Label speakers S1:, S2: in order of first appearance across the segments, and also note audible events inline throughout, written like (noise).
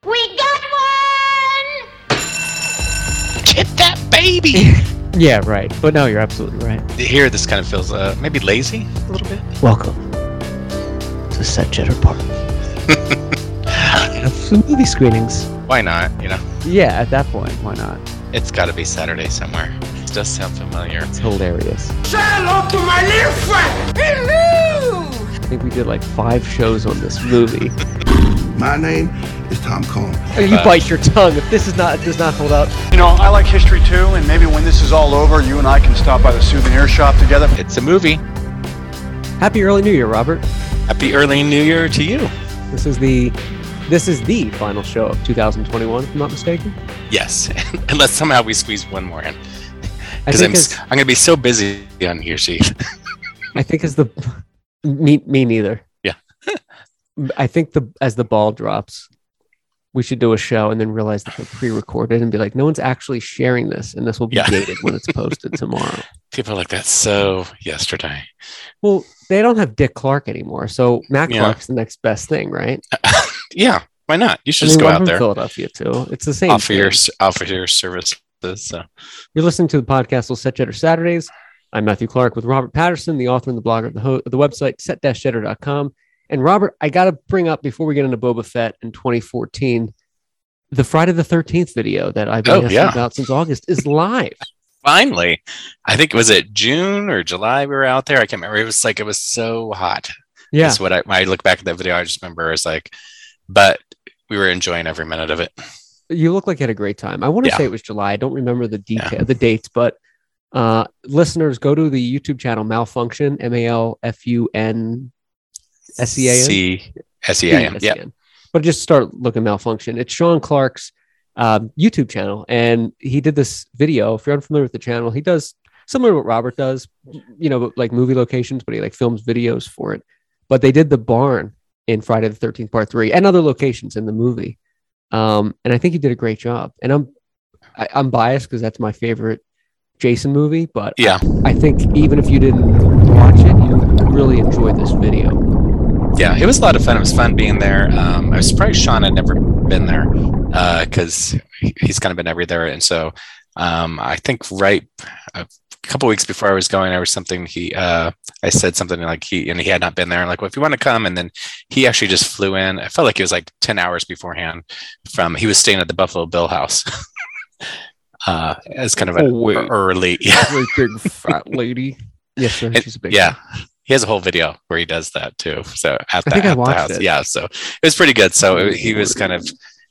S1: (laughs) maybe
S2: Yeah, right. But no, you're absolutely right.
S1: here this kind of feels uh, maybe lazy a little bit.
S2: Welcome to Set Jitter
S1: (laughs)
S2: Park. Some movie screenings.
S1: Why not? You know,
S2: Yeah, at that point, why not?
S1: it's got to be Saturday somewhere. It does sound familiar.
S2: It's hilarious.
S3: Say hello to my little friend.
S2: I think we did like five shows on this
S1: (laughs)
S2: movie. Oh,
S4: My name is Tom Cohen.
S2: you bite your tongue if this is not does not hold up.
S5: You know, I like history too, and maybe when this is all over, you and I can stop by the souvenir shop together.
S1: It's a movie.
S2: Happy early New Year, Robert.
S1: Happy early New Year to you.
S2: This is the this is the final show of 2021, if I'm not mistaken.
S1: Yes, (laughs) unless somehow we squeeze one more in
S2: I
S1: because
S2: think
S1: I'm
S2: as,
S1: s- I'm gonna be so busy on here. See, (laughs)
S2: I think as the me me neither.
S1: Yeah.
S2: (laughs) I think the as the ball drops, we should do a show and then realize that they're pre-recorded and be like, no one's actually sharing this, and this will be
S1: Yeah.
S2: dated when it's
S1: (laughs)
S2: posted tomorrow.
S1: people are like that's so yesterday.
S2: Well, they don't have Dick Clark anymore, so Matt
S1: Yeah.
S2: Clark's the next best thing, right?
S1: yeah, why not? You should
S2: I mean,
S1: just go
S2: we're
S1: out
S2: from
S1: there
S2: Philadelphia too. It's the same.
S1: offer your s-
S2: thing.
S1: offer your services. So
S2: You're listening to the podcast with Set Jetter Saturdays. I'm Matthew Clark with Robert Patterson, the author and the blogger of the, ho- of the website set-jetter.com. And Robert, I got to bring up before we get into Boba Fett in 2014, the Friday the 13th video that I've been
S1: Oh,
S2: asking
S1: yeah.
S2: about since August is live.
S1: (laughs) finally, I think was it June or July we were out there. I can't remember. It was like it was so hot.
S2: Yeah.
S1: That's what I when I look back at that video. I just remember it's like, but we were enjoying every minute of it.
S2: You look like you had a great time. I want to
S1: Yeah.
S2: say it was July. I don't remember the
S1: Yeah.
S2: detail, the dates, but uh, listeners, go to the YouTube channel Malfunction, M A L F U N S E A N.
S1: C S E A M.
S2: Yes,
S1: Yeah,
S2: again. But just start looking malfunction. It's Sean Clark's um, YouTube channel, and he did this video. If you're unfamiliar with the channel, he does similar to what Robert does, you know, like movie locations, but he like films videos for it. But they did the barn in Friday the Thirteenth Part Three and other locations in the movie, um, and I think he did a great job. And I'm I, I'm biased because that's my favorite Jason movie, but I-
S1: Yeah.
S2: I think even if you didn't watch it, you really enjoyed this video.
S1: yeah. It was a lot of fun. It was fun being there. Um, I was surprised Sean had never been there because he's kind of been everywhere, and so um, I think right a couple weeks before I was going, there was something he uh, I said something like he and he had not been there. I'm like, well, if you want to come, and then he actually just flew in. I felt like it was like ten hours beforehand from he was staying at the Buffalo Bill House. (laughs) uh, as kind of an
S2: Oh, wait.
S1: early, yeah.
S2: (laughs) great big fat lady. Yes, sir.
S1: It-
S2: She's a big
S1: yeah he has a whole video where he does that too so at the,
S2: think I
S1: at the
S2: watched
S1: house
S2: it.
S1: yeah so it was pretty good so it- he was kind of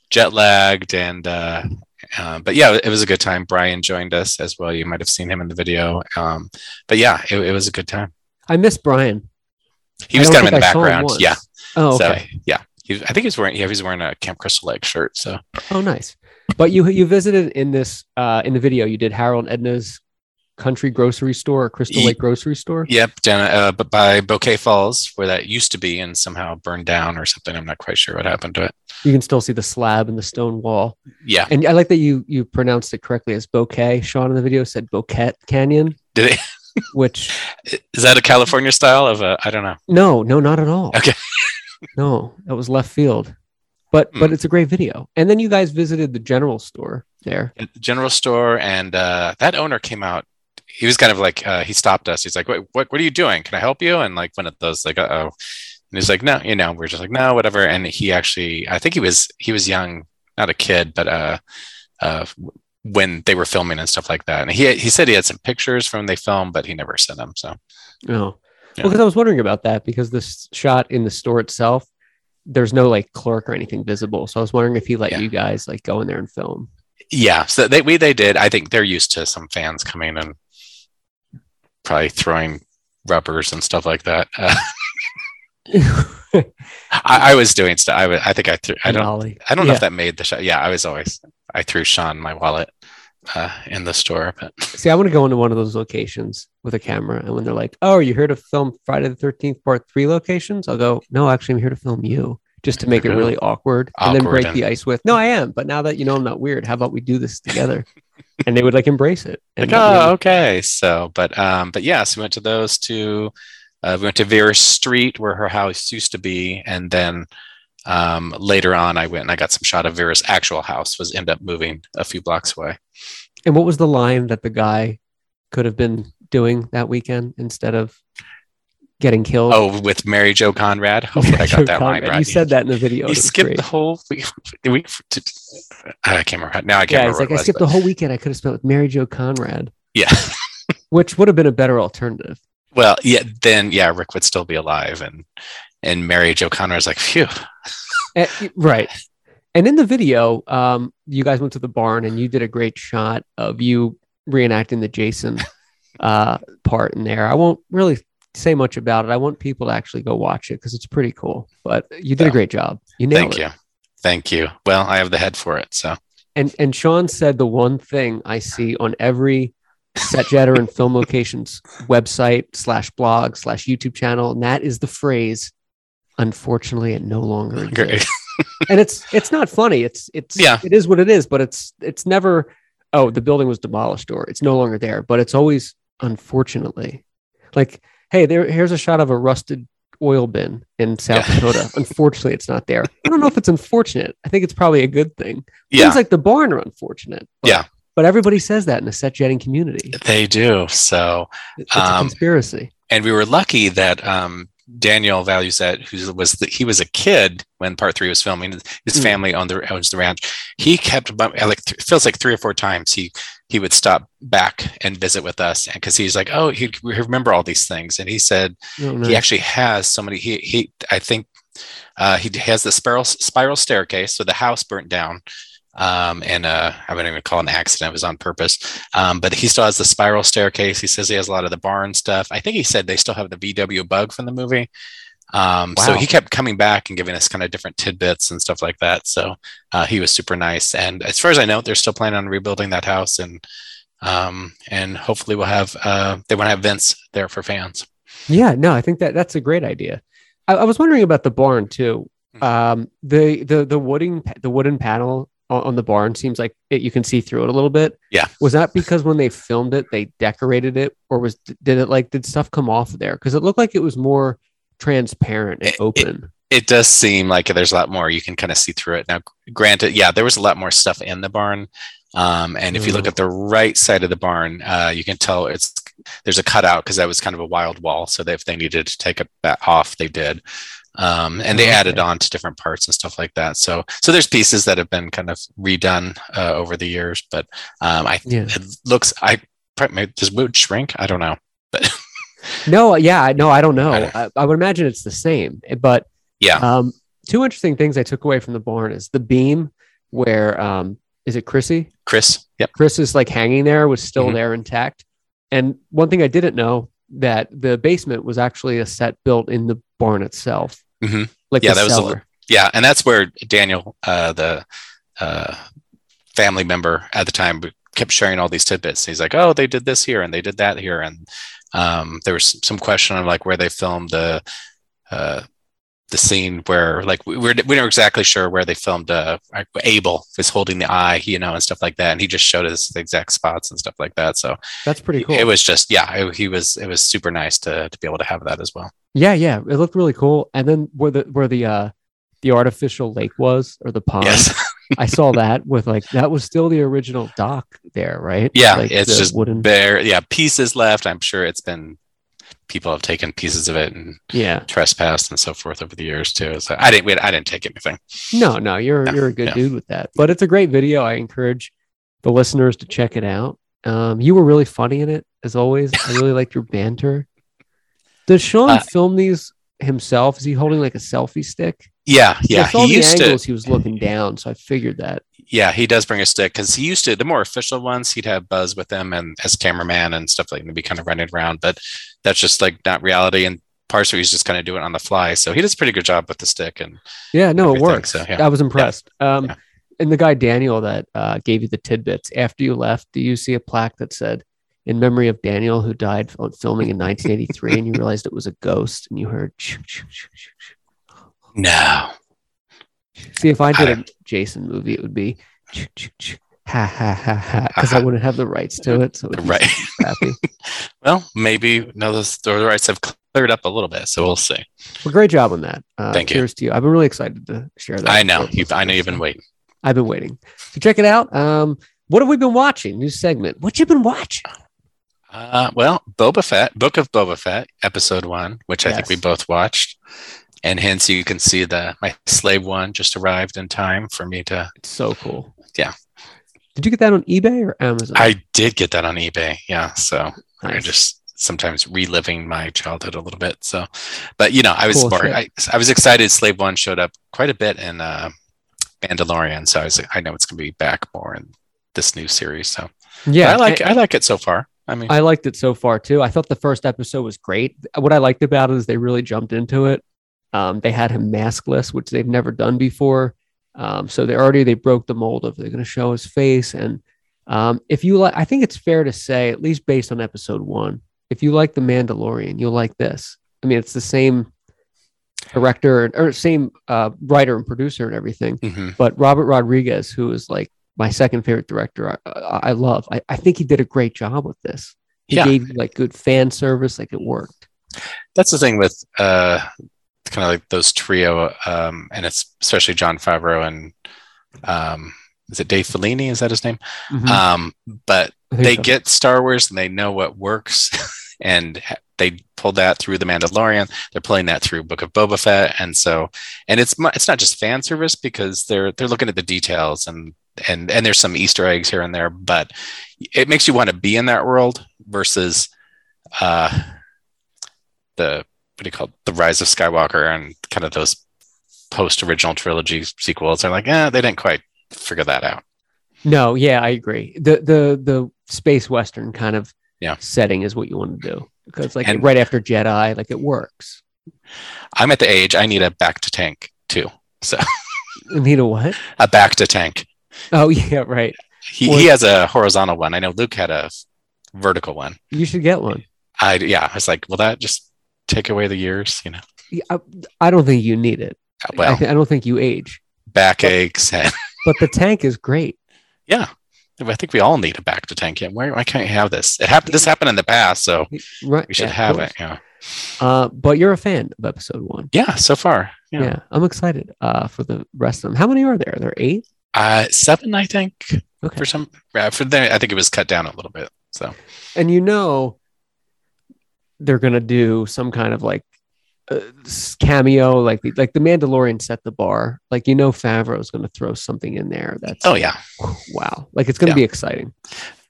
S1: jet lagged and uh um, but yeah, it was a good time. Brian joined us as well. You might have seen him in the video. Um, but yeah, it, it was a good time.
S2: I miss Brian.
S1: He
S2: I
S1: was
S2: don't
S1: kind of in the
S2: think I saw him
S1: background.
S2: once.
S1: Yeah.
S2: Oh, okay.
S1: So yeah, he, was- I think he was wearing. Yeah, he was wearing a Camp Crystal Lake shirt. So
S2: Oh, nice. But you you visited in this uh, in the video. You did Harold Edna's country grocery store or Crystal
S1: Ye-
S2: Lake grocery store.
S1: yep, down uh, but by Bouquet Falls, where that used to be, and somehow burned down or something. I'm not quite sure what happened to it.
S2: You can still see the slab and the stone wall.
S1: Yeah,
S2: And I like that you you pronounced it correctly as bouquet. Sean in the video said Bouquet Canyon,
S1: did it?
S2: which
S1: Is that a California style of a? I don't know.
S2: no, no, not at all.
S1: Okay.
S2: (laughs) no, that was left field. But but
S1: Hmm.
S2: it's a great video. And then you guys visited the general store there.
S1: at the general store and uh, that owner came out he was kind of like uh, he stopped us he's like what, what what are you doing can i help you and like one of those like uh-oh and he's like no you know we're just like no whatever and he actually i think he was he was young not a kid but uh uh when they were filming and stuff like that and he he said he had some pictures from when they filmed but he never sent them so
S2: Oh,
S1: Yeah.
S2: because I was wondering about that because this shot in the store itself, there's no like clerk or anything visible. So I was wondering if he let
S1: Yeah.
S2: you guys like go in there and film.
S1: yeah so they we they did i think they're used to some fans coming and probably throwing rubbers and stuff like that uh, I, I was doing stuff. I, was, I think I threw. I
S2: And
S1: don't.
S2: Ollie.
S1: I don't know
S2: Yeah.
S1: if that made the shot. Yeah, I was always. I threw Sean my wallet uh, in the store, but
S2: See, I want to go into one of those locations with a camera, and when they're like, "Oh, are you here to film Friday the Thirteenth Part Three locations?" I'll go, "No, actually, I'm here to film you." Just to make it
S1: Really?
S2: really awkward, and then
S1: Awkward
S2: break
S1: and-
S2: the ice with, no, I am. But now that you know I'm not weird, how about we do this
S1: (laughs)
S2: together? and they would like embrace it. And
S1: like,
S2: that made me
S1: oh, okay. So, but um, but yeah, so we went to those two. Uh, we went to Vera Street where her house used to be, and then um, later on, I went and I got some shot of Vera's actual house. Was end up moving a few blocks away,
S2: And what was the line that the guy could have been doing that weekend instead of getting killed? (laughs)
S1: Oh, with Mary Jo Conrad. Hopefully, I
S2: Joe
S1: got that line
S2: Conrad.
S1: right.
S2: You said that in the video.
S1: You
S2: It was
S1: skipped
S2: great.
S1: the whole. We, we, I can't remember. how- Now I can't
S2: yeah,
S1: remember.
S2: he's like,
S1: what
S2: I
S1: it was,
S2: skipped
S1: but-
S2: the whole weekend. I could have spent with Mary Jo Conrad,
S1: Yeah. (laughs)
S2: which would have been a better alternative.
S1: Well, yeah. Then yeah, Rick would still be alive, and and Mary Jo Conrad's like, phew.
S2: Eh, right. And in the video, um, you guys went to the barn and you did a great shot of you reenacting the
S1: (laughs)
S2: Jason uh, part in there. I won't really say much about it. I want people to actually go watch it because it's pretty cool. But you did a
S1: Yeah.
S2: great job. You
S1: Thank
S2: nailed it.
S1: you. Thank you. Well, I have the head for it. So
S2: And and Sean said the one thing I see on every set jetter and film locations website slash blog slash YouTube channel, and that is the phrase. Unfortunately, it no longer
S1: (laughs)
S2: exists.
S1: great.
S2: and it's it's not funny. It's it's
S1: Yeah.
S2: It is what it is, but it's it's never. Oh, the building was demolished, or it's no longer there. But it's always unfortunately, like hey, there here's a shot of a rusted oil bin in South
S1: Yeah. (laughs)
S2: Dakota. Unfortunately, it's not there. I don't know if it's unfortunate. I think it's probably a good thing.
S1: yeah,
S2: Things like the barn are unfortunate. But,
S1: Yeah.
S2: But everybody says that in the set jetting community.
S1: they do. So
S2: It's a
S1: Um,
S2: conspiracy.
S1: and we were lucky that um, Daniel Valusette, who was the, he was a kid when Part Three was filming, his
S2: Mm.
S1: family owned the owns the ranch. He kept bum- like th- it feels like three or four times he he would stop back and visit with us, and because he's like, oh, he remember all these things, and he said
S2: No, no.
S1: he actually has so many. He he I think uh, he has the spiral spiral staircase, so the house burnt down. Um, and uh, I wouldn't even call it an accident; it was on purpose. Um, but he still has the spiral staircase. He says he has a lot of the barn stuff. I think he said they still have the VW bug from the movie. Um, So
S2: Wow.
S1: he kept coming back and giving us kind of different tidbits and stuff like that. So uh, he was super nice. And as far as I know, they're still planning on rebuilding that house, and um, and hopefully we'll have uh, they want to have Vince there for fans.
S2: Yeah, no, I think that that's a great idea. I, I was wondering about the barn too.
S1: Mhm.
S2: Um, the the the wooden pa- the wooden panel on, on the barn seems like it, you can see through it a little bit.
S1: Yeah.
S2: was that because when they filmed it, they decorated it, or was did it like did stuff come off of there? Because it looked like it was more transparent and
S1: It- it-
S2: open.
S1: it does seem like there's a lot more you can kind of see through it now granted yeah there was a lot more stuff in the barn um, and if you look
S2: Mm.
S1: at the right side of the barn uh, you can tell it's there's a cutout because that was kind of a wild wall so that if they needed to take it back off they did um, and they
S2: Okay.
S1: added on to different parts and stuff like that so so there's pieces that have been kind of redone uh, over the years but um, i
S2: yeah.
S1: it looks i probably does wood shrink i don't know but
S2: No, uh, yeah, I- no, I don't know.
S1: I
S2: I,
S1: don't-
S2: I, would imagine it's the same, eh, but
S1: Yeah.
S2: Um, two interesting things I took away from the barn is the beam where um, is it Chrissy?
S1: chris yep
S2: Chris is like hanging there was still
S1: Mhm.
S2: there intact. And one thing I didn't know that the basement was actually a set built in the barn itself.
S1: Mhm.
S2: Like
S1: Yeah,
S2: the
S1: that was a-
S2: cellar.
S1: yeah and that's where daniel uh the uh family member at the time kept sharing all these tidbits he's like oh they did this here and they did that here and um there was some question on like where they filmed the uh the scene where like we we're, we weren't exactly sure where they filmed uh like, abel was holding the eye you know and stuff like that and he just showed us the exact spots and stuff like that so
S2: That's pretty cool.
S1: it was just yeah it, he was it was super nice to to be able to have that as well
S2: yeah, yeah. It looked really cool. And then where the where the uh the artificial lake was or the pond.
S1: yes
S2: I saw that with like that was still the original dock there, right?
S1: Yeah,
S2: Like,
S1: it's
S2: the
S1: just
S2: wooden
S1: there yeah pieces left i'm sure it's been people have taken pieces of it and
S2: Yeah.
S1: trespassed and so forth over the years too so i didn't we, i didn't take anything
S2: No, no, you're
S1: Yeah,
S2: you're a good
S1: yeah.
S2: dude with that. But it's a great video. I encourage the listeners to check it out. Um, you were really funny in it, as always. I really liked your banter. Does Sean
S1: Uh,
S2: film these himself? Is he holding like a selfie stick?
S1: yeah
S2: I
S1: yeah
S2: saw
S1: he
S2: the
S1: used to
S2: angles he was looking down, so I figured that.
S1: yeah he does bring a stick because he used to the more official ones he'd have buzz with him and as cameraman and stuff like maybe kind of running around but that's just like not reality and parts where he's just kind of doing it on the fly so he does a pretty good job with the stick and
S2: Yeah, no, it
S1: everything,
S2: works.
S1: so, yeah.
S2: I was impressed. Um,
S1: Yeah.
S2: And the guy Daniel that uh, gave you the tidbits after you left, do you see a plaque that said "In memory of Daniel, who died on filming in 1983," and you realized it was a ghost, and you heard.
S1: no
S2: See, if I
S1: I
S2: did a Jason movie, it would be ha ha ha
S1: (laughs)
S2: ha because I wouldn't have the rights to it. So it's
S1: right (laughs)
S2: crappy.
S1: well maybe now those the rights have cleared up a little bit so we'll see
S2: Well, great job on that. Uh,
S1: Thank you.
S2: Cheers to you. I've been really excited to share that.
S1: i know
S2: with
S1: you've i know
S2: listeners.
S1: you've been waiting
S2: I've been waiting. So check it out. Um, What have we been watching? New segment. What you been watching?
S1: Uh, well, Boba Fett, Book of Boba Fett, episode one, which I think
S2: Yes.
S1: we both watched, and hence you can see the my slave one just arrived in time for me to.
S2: It's so cool.
S1: Yeah.
S2: Did you get that on eBay or Amazon?
S1: I did get that on eBay, yeah. So I
S2: Nice.
S1: just sometimes reliving my childhood a little bit. So, but you know, I was
S2: Cool
S1: smart.
S2: shit.
S1: I, I was excited. Slave one showed up quite a bit in uh, Mandalorian, so I was I know it's going to be back more in this new series. So
S2: yeah,
S1: I like
S2: I,
S1: I, like it so far. I mean,
S2: I liked it so far too. I thought the first episode was great. What I liked about it is they really jumped into it. Um, they had him maskless, which they've never done before. Um, so they already they broke the mold of they're going to show his face. And um, if you like, I think it's fair to say, at least based on episode one, if you like the Mandalorian, you'll like this. I mean, it's the same director or same uh, writer and producer and everything.
S1: mhm.
S2: but Robert Rodriguez, who is like my second favorite director, I, I I love. I, I think he did a great job with this. He
S1: yeah.
S2: gave you like good fan service, like it worked.
S1: that's the thing with uh kind of like those trio um and it's especially john favreau and um is it dave fellini is that his name
S2: Mm-hmm.
S1: um but
S2: I think
S1: they
S2: so.
S1: get star wars and they know what works (laughs) and ha- they pulled that through the mandalorian they're pulling that through book of boba fett and so and it's mu- it's not just fan service because they're they're looking at the details and and and there's some easter eggs here and there but it makes you want to be in that world versus uh the what do you call it? the rise of skywalker and kind of those post original trilogy sequels are like eh, they didn't quite figure that out
S2: No, yeah, I agree. The the the space western kind of
S1: Yeah.
S2: setting is what you want to do because like
S1: And-
S2: right after Jedi, like it works.
S1: i'm at the age i need a back to tank too
S2: And you know what?
S1: a back to tank
S2: Oh (laughs) yeah, right.
S1: he,
S2: Or-
S1: he has a horizontal one i know luke had a vertical one
S2: You should get one.
S1: i yeah i was like will that just take away the years you know
S2: Yeah, I, I don't think you need it. I,
S1: well
S2: th- I don't think you age.
S1: backaches and (laughs)
S2: But the tank is great.
S1: yeah i think we all need a back to tank yeah why, why can't you have this it happened this happened in the past so
S2: Right.
S1: we should
S2: yeah, of
S1: have
S2: course.
S1: it yeah
S2: Uh, but you're a fan of episode one.
S1: yeah so far
S2: Yeah. I'm excited uh, for the rest of them. How many are there? There are eight.
S1: Uh, seven, I think.
S2: Okay.
S1: For some, uh, for there, I think it was cut down a little bit. So
S2: and you know they're gonna do some kind of like uh, s- cameo, like the, like the Mandalorian set the bar. Like you know, Favreau's gonna throw something in there. That's
S1: oh yeah,
S2: wow, like it's gonna
S1: Yeah.
S2: be exciting.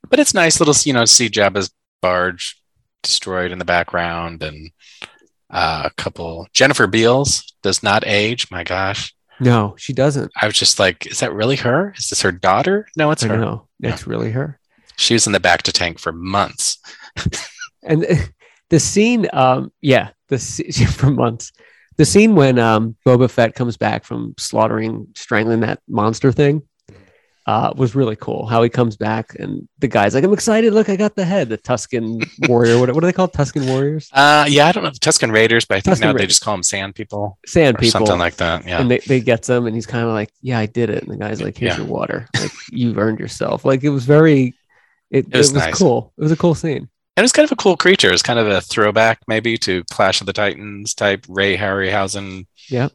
S1: but it's nice little you know see Jabba's barge destroyed in the background and uh, a couple Jennifer Beals does not age. My gosh,
S2: No, she doesn't.
S1: I was just like, is that really her? Is this her daughter? No, it's
S2: I
S1: her.
S2: know that's really her.
S1: She was in the back to tank for months.
S2: And (laughs) the scene, um, (laughs) yeah, the sce- for months. The scene when um, Boba Fett comes back from slaughtering, strangling that monster thing, uh, was really cool. How he comes back and the guy's like, "I'm excited! Look, I got the head, the Tuscan
S1: (laughs)
S2: warrior. What, what are they called? Tuscan warriors?
S1: Uh, yeah, I don't know the Tuscan Raiders, but I think
S2: Tusken
S1: now they
S2: Raiders.
S1: just call them Sand People
S2: Sand
S1: or
S2: people."
S1: something like that. Yeah,
S2: And they, they get them, and he's kind of like, "Yeah, I did it." And the guy's like, "Here's
S1: Yeah.
S2: your water. Like you've earned yourself." Like it was very, it, it
S1: was
S2: was,
S1: nice.
S2: cool. It was a cool scene.
S1: And it's kind of a cool creature. It's kind of a throwback, maybe to Clash of the Titans type Ray Harryhausen.
S2: Yep.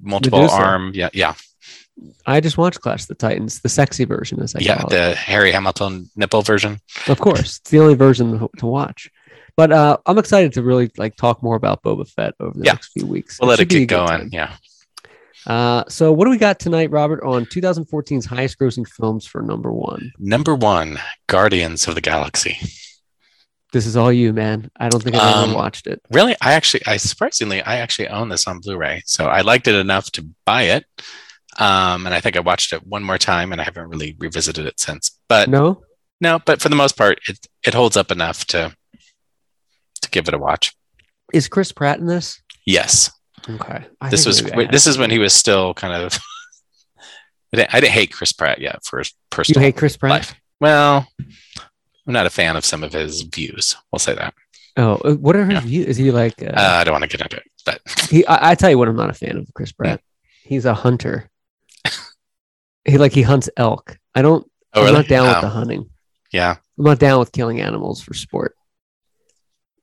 S1: Multiple
S2: Medusa.
S1: arm. Yeah, yeah,
S2: I just watched Clash of the Titans, the sexy version, as I
S1: yeah.
S2: call it.
S1: The Harry Hamilton nipple version.
S2: Of course, it's the only version to- to watch. But uh, I'm excited to really like talk more about Boba Fett over the
S1: Yeah.
S2: next few weeks.
S1: We'll let
S2: should
S1: it
S2: be a
S1: keep
S2: good
S1: going.
S2: time.
S1: Yeah.
S2: Uh, so what do we got tonight, Robert, on 2014's highest grossing films for number one?
S1: Number one, Guardians of the Galaxy.
S2: This is all you, man. I don't think I've ever
S1: Um,
S2: watched it.
S1: Really, I actually, I surprisingly, I actually own this on Blu-ray, so I liked it enough to buy it. Um, and I think I watched it one more time, and I haven't really revisited it since. But
S2: No?
S1: no, but for the most part, it it holds up enough to to give it a watch.
S2: Is Chris Pratt in this?
S1: Yes.
S2: Okay. I
S1: this
S2: think
S1: was
S2: maybe I
S1: wait,
S2: have
S1: this is
S2: seen
S1: when
S2: it.
S1: he was still kind of. (laughs) I didn't, I didn't hate Chris Pratt yet for his
S2: You
S1: personal
S2: hate Chris Pratt?
S1: life. Well, I'm not a fan of some of his views. We'll say that.
S2: Oh, uh, what are his
S1: Yeah.
S2: views? Is he like? Uh,
S1: Uh, I don't want to get into it, but (laughs)
S2: he? I, I tell you what, I'm not a fan of Chris Pratt. He's a hunter. (laughs) he like he hunts elk. I don't.
S1: oh,
S2: I'm
S1: really?
S2: not down
S1: Oh,
S2: with the hunting.
S1: yeah,
S2: I'm not down with killing animals for sport.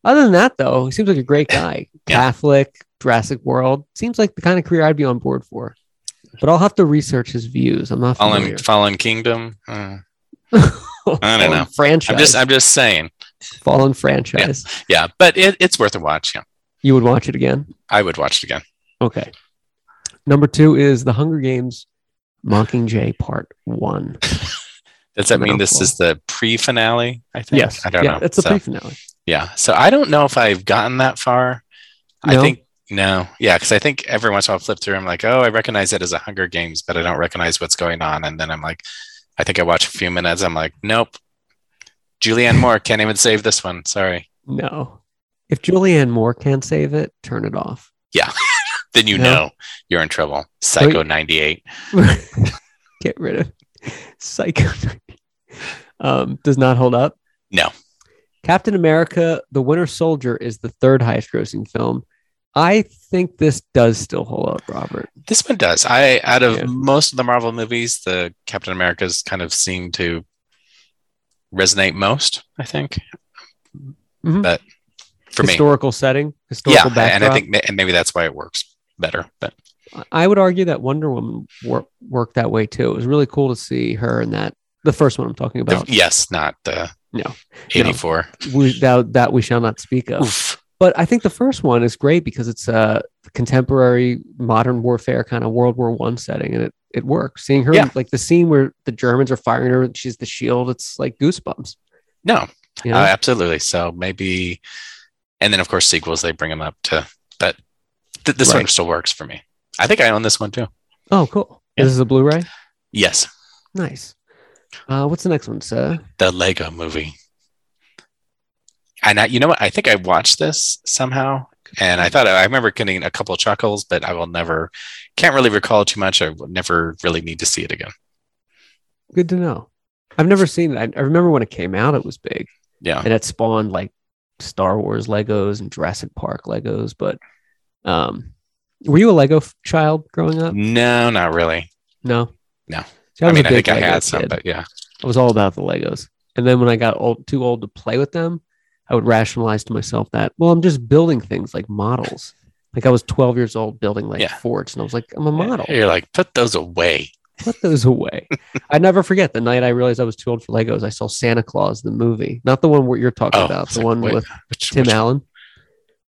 S2: Other than that, though, he seems like a great guy.
S1: Yeah.
S2: Catholic, Jurassic World. Seems like the kind of career I'd be on board for. but I'll have to research his views. I'm not familiar.
S1: Fallen Fallen Kingdom. Uh, I don't
S2: (laughs) Fallen
S1: know.
S2: Franchise.
S1: I'm just I'm just saying.
S2: Fallen franchise.
S1: Yeah, but it, it's worth a watch. Yeah,
S2: You would watch it again.
S1: I would watch it again.
S2: Okay. Number two is The Hunger Games Mockingjay Part
S1: (laughs)
S2: One.
S1: Does that mean this
S2: Mouthful.
S1: is the pre finale? I think. I don't
S2: yeah,
S1: know.
S2: It's the
S1: So,
S2: pre finale.
S1: yeah. So I don't know if I've gotten that far. I
S2: No?
S1: think no. Yeah, because I think every once in a while I flip through. I'm like, oh, I recognize it as a Hunger Games, but I don't recognize what's going on. And then I'm like, I think I watch a few minutes. I'm like, nope. Julianne Moore can't even save this one. Sorry.
S2: No. If Julianne Moore can't save it, turn it off.
S1: Then you
S2: No.
S1: know you're in trouble. Psycho 98.
S2: Get rid of Psycho. um, does not hold up.
S1: No.
S2: Captain America: The Winter Soldier is the third highest-grossing film. I think this does still hold up, Robert.
S1: This one does. I out of
S2: Yeah.
S1: most of the Marvel movies, the Captain Americas kind of seem to resonate most. I think
S2: Mhm.
S1: but for me,
S2: historical setting,
S1: yeah,
S2: historical backdrop.
S1: and I think ma- and maybe that's why it works better. But
S2: I would argue that Wonder Woman wor- worked that way too. It was really cool to see her in that. The first one I'm talking
S1: the-
S2: about,
S1: yes, not uh, the
S2: No.
S1: eighty four.
S2: we, that, that we shall not speak of.
S1: Oof.
S2: But I think the first one is great because it's a contemporary modern warfare kind of World War One setting, and it it works. Seeing her
S1: Yeah.
S2: like the scene where the Germans are firing her, and she's the shield. It's like goosebumps.
S1: No,
S2: You know?
S1: uh, absolutely. So maybe, and then of course sequels they bring them up to, but th- this one
S2: Right.
S1: still works for me. I think I own this one too.
S2: oh, cool.
S1: yeah.
S2: This is a Blu-ray.
S1: Yes,
S2: Nice. Uh, what's the next one, sir?
S1: the Lego movie. And I, you know what? I think I watched this somehow, and I thought I remember getting a couple chuckles, but I will never, can't really recall too much. I will never really need to see it again.
S2: Good to know. I've never seen it. I, I remember when it came out, it was big.
S1: Yeah.
S2: and it spawned like Star Wars Legos and Jurassic Park Legos. But um, were you a Lego f- child growing up?
S1: No, not really.
S2: No,
S1: Mm. No.
S2: See, I,
S1: I
S2: was
S1: mean,
S2: a
S1: I
S2: big
S1: think I
S2: Lego
S1: had some,
S2: kid.
S1: but yeah.
S2: I was all about the Legos. And then when I got old, too old to play with them, I would rationalize to myself that well, I'm just building things like models. Like I was 12 years old building like
S1: Yeah.
S2: forts, and I was like, I'm
S1: (laughs)
S2: a model.
S1: You're like, put those away.
S2: Put those away. I never forget the night I realized I was too old for Legos. I saw Santa Claus the movie, not the one where you're talking
S1: Oh,
S2: about,
S1: it's
S2: the
S1: like,
S2: one
S1: wait,
S2: with
S1: Which,
S2: Tim
S1: which-
S2: Allen.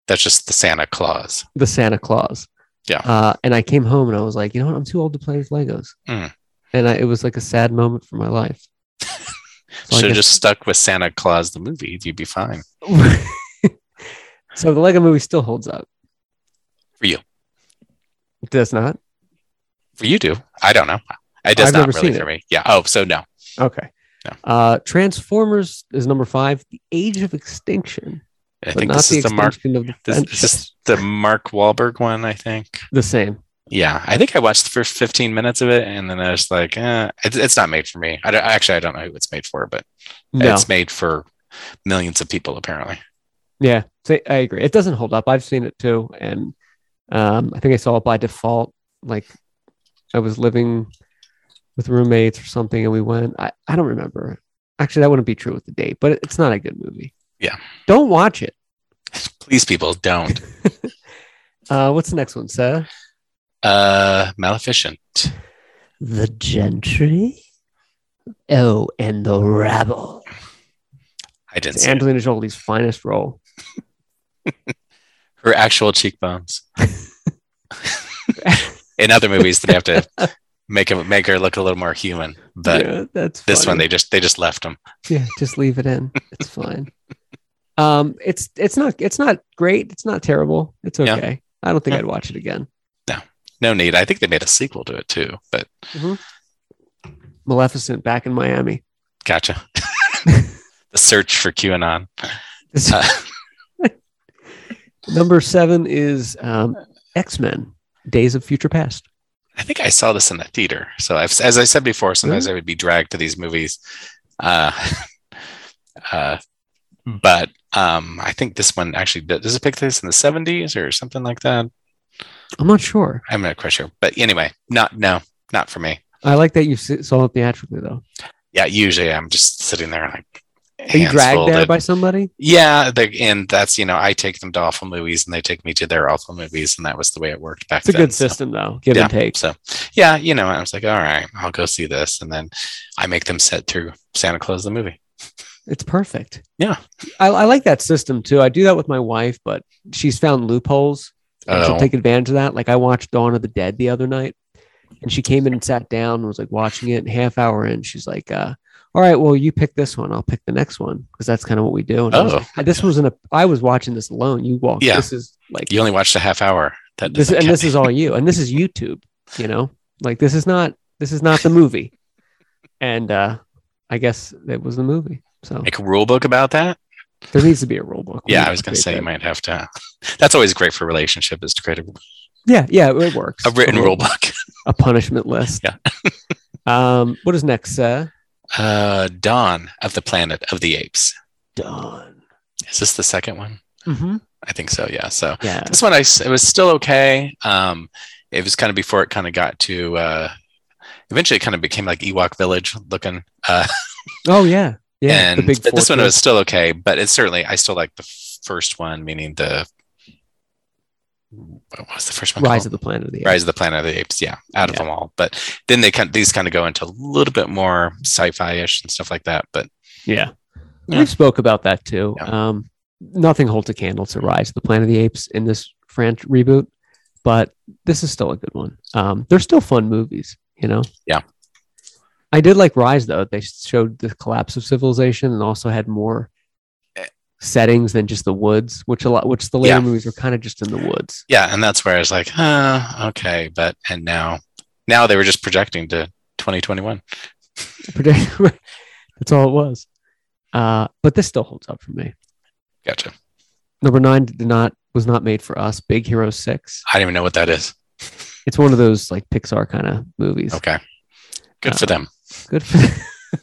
S1: that's just the Santa Claus.
S2: the Santa Claus.
S1: Yeah.
S2: Uh, and I came home and I was like, you know what? I'm too old to play with Legos.
S1: Mm.
S2: And I, it was like a sad moment for
S1: (laughs)
S2: my life. So I
S1: Should have
S2: guess-
S1: just stuck with Santa Claus the movie. You'd be fine.
S2: (laughs) so the Lego movie still holds up.
S1: For you.
S2: It does not?
S1: You do. I don't know. It does
S2: I've
S1: not
S2: never
S1: really
S2: seen
S1: for me. Yeah. Oh, so no.
S2: Okay.
S1: No.
S2: Uh, Transformers is number five, The Age of Extinction.
S1: I
S2: But
S1: think
S2: not
S1: this
S2: the
S1: is the Mark
S2: extinction of the
S1: This,
S2: franchise.
S1: this is the Mark Wahlberg one, I think.
S2: the same.
S1: Yeah, I think I watched the first 15 minutes of it, and then I was like, eh, it, "It's not made for me." I don't, actually I don't know who it's made for, but
S2: No.
S1: it's made for millions of people apparently.
S2: Yeah, sa- I agree. It doesn't hold up. I've seen it too, and um, I think I saw it by default. Like I was living with roommates or something, and we went. I, I don't remember. Actually, that wouldn't be true with the date, but it- it's not a good movie.
S1: Yeah.
S2: don't watch it.
S1: Please, people, don't.
S2: Uh, what's the next one, Seth?
S1: Uh, Maleficent.
S2: The Gentry. Oh, and the Rabble.
S1: I didn't
S2: It's
S1: see it.
S2: Angelina Jolie's finest role.
S1: her actual
S2: (laughs)
S1: cheekbones. In other movies, they have to make him make her look a little more human, but
S2: yeah, that's
S1: this
S2: funny.
S1: one they just they just left him.
S2: Yeah, just leave it in. It's fine. Um, it's it's not it's not great. It's not terrible. It's
S1: Yeah.
S2: okay. I don't think
S1: Yeah.
S2: I'd watch it again.
S1: No need. I think they made a sequel to it too, but
S2: Maleficent back in Miami.
S1: gotcha.
S2: (laughs)
S1: the search for QAnon.
S2: This-
S1: (laughs) Uh,
S2: (laughs) number seven is um, X Men: Days of Future Past.
S1: I think I saw this in the theater. So I've, as I said before, sometimes I would be dragged to these movies. Uh, (laughs) uh,
S2: Hmm.
S1: but um, I think this one actually did- does it pick this in the 70s or something like that?
S2: I'm not sure.
S1: I'm not quite sure. But anyway, not no, not for me.
S2: I like that you s- saw it theatrically though.
S1: Yeah, usually I'm just sitting there like, eh,
S2: Are you
S1: hands full
S2: dragged there
S1: that-
S2: by somebody?
S1: yeah, they, and that's you know I take them to awful movies and they take me to their awful movies, and that was the way it worked back
S2: It's a
S1: then.
S2: good
S1: so-
S2: system, though, give and take.
S1: So, yeah, you know, I was like, all right, I'll go see this, and then I make them sit through Santa Claus the movie.
S2: It's perfect.
S1: Yeah.
S2: I, I like that system too. I do that with my wife, but she's found loopholes. and
S1: Oh.
S2: She'll take advantage of that. Like I watched Dawn of the Dead the other night, and she came in and sat down and was like watching it. And half hour in, she's like, uh, "All right, well, you pick this one. I'll pick the next one because that's kind of what we do." And I was
S1: Oh.
S2: like, "I- this wasn't a. I was watching this alone. You walked.
S1: Yeah.
S2: This is like
S1: You only watched a half hour. That
S2: this,
S1: doesn't
S2: and
S1: count.
S2: this is all you. And this is YouTube. You know, like this is not this is not the movie. And uh, I guess it was the movie. So
S1: make a rule book about that.
S2: there needs to be a rule book. We
S1: Yeah,
S2: need
S1: I was going to
S2: create
S1: say
S2: that.
S1: you might have to. (laughs) That's always great for relationship is to create a,
S2: Yeah, yeah, it works.
S1: a written
S2: rule
S1: rule book. (laughs)
S2: a punishment list.
S1: Yeah.
S2: (laughs) um, what is next? Uh,
S1: Uh, Dawn of the Planet of the Apes.
S2: done.
S1: Is this the second one?
S2: Mm-hmm.
S1: I think so. Yeah. So
S2: Yeah.
S1: this one, I s- it was still okay. Um, it was kind of before it kind of got to. Uh, eventually, it kind of became like Ewok Village looking. Uh,
S2: Oh yeah. Yeah.
S1: and
S2: the big
S1: but this one
S2: forklift.
S1: was still okay, but it's certainly I still like the f- first one, meaning the. What was the first one? called?
S2: Rise of the Planet of the Apes.
S1: Rise of the Planet of the Apes, yeah, out of
S2: Yeah.
S1: them all. But then they kind these kind of go into a little bit more sci-fi-ish and stuff like that. But
S2: Yeah.
S1: Yeah.
S2: We've spoke about that too.
S1: Yeah.
S2: Um, nothing holds a candle to Rise of the Planet of the Apes in this French reboot, but this is still a good one. Um, they're still fun movies, you know?
S1: Yeah.
S2: I did like Rise though. They showed the collapse of civilization and also had more settings than just the woods, which a lot, which the later
S1: Eh. Yeah.
S2: movies were kind of just in the woods. (laughs)
S1: yeah, and that's where I was like, huh, okay, but and now, now they were just projecting to 2021.
S2: That's all it was. Uh, but this still holds up for me.
S1: Gotcha.
S2: Number nine did not was not made for us. Big Hero Six.
S1: I don't even know what that is.
S2: It's one of those like Pixar kind of movies.
S1: Okay, good
S2: Uh,
S1: for them.
S2: Good. For, (laughs)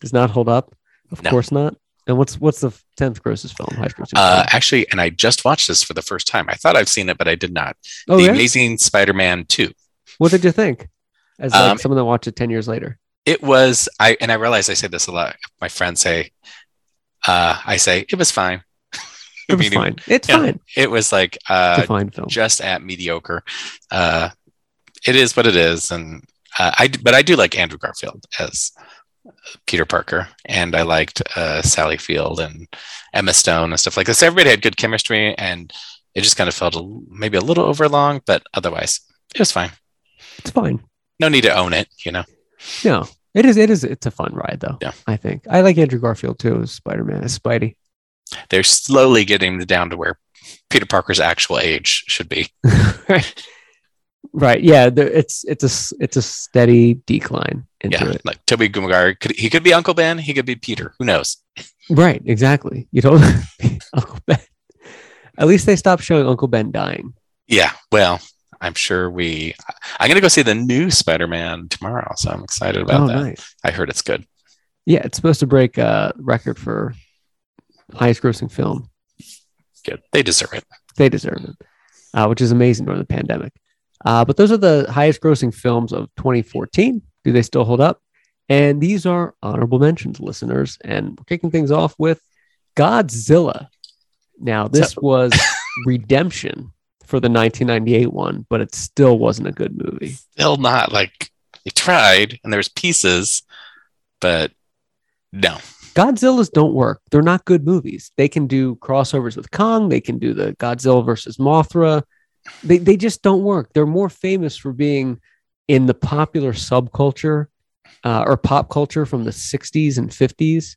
S2: does not hold up. Of
S1: No.
S2: course not. And what's what's the tenth grossest film? High School Musical?
S1: Uh, actually, and I just watched this for the first time. I thought I've seen it, but I did not.
S2: oh
S1: the
S2: yeah.
S1: Amazing Spider-Man 2.
S2: What did you think? As like,
S1: Um,
S2: someone that watched it ten years later.
S1: It was I, and I realize I say this a lot. My friends say, uh, I say it was fine. (laughs)
S2: It was
S1: Meaning,
S2: fine. It's
S1: yeah,
S2: fine.
S1: It was like
S2: It's
S1: uh,
S2: a fine film.
S1: just at mediocre. Uh, it is what it is, and uh, I but I do like Andrew Garfield as Peter Parker, and I liked uh, Sally Field and Emma Stone and stuff like this. Everybody had good chemistry, and it just kind of felt a, maybe a little overlong, but otherwise it was fine.
S2: It's fine.
S1: No need to own it, you know.
S2: No, it is. It is. It's a fun ride though.
S1: Yeah.
S2: I think I like Andrew Garfield too as Spider Man as Spidey.
S1: They're slowly getting down to where Peter Parker's actual age should be.
S2: right. Right. Yeah. There, it's it's a s- it's a steady decline into
S1: Yeah,
S2: it.
S1: like Toby Maguire could he could be Uncle Ben, he could be Peter. Who knows?
S2: Right. Exactly. You don't (laughs) Uncle Ben. At least they stopped showing Uncle Ben dying.
S1: Yeah, well, I'm sure we. I'm gonna go see the new Spider-Man tomorrow, so I'm excited about
S2: oh,
S1: that.
S2: nice.
S1: I heard it's good.
S2: Yeah, it's supposed to break a record for highest grossing film.
S1: Good, they deserve it.
S2: They deserve it, uh, which is amazing during the pandemic. Uh, but those are the highest grossing films of 2014. Do they still hold up? And these are honorable mentions, listeners. And we're kicking things off with Godzilla. Now, this was (laughs) redemption for the 1998 one, but it still wasn't a good movie.
S1: Still not like they tried, and there's pieces, but no,
S2: Godzillas don't work. They're not good movies. They can do crossovers with Kong. They can do the Godzilla versus Mothra. They, they just don't work. They're more famous for being in the popular subculture uh, or pop culture from the 60s and 50s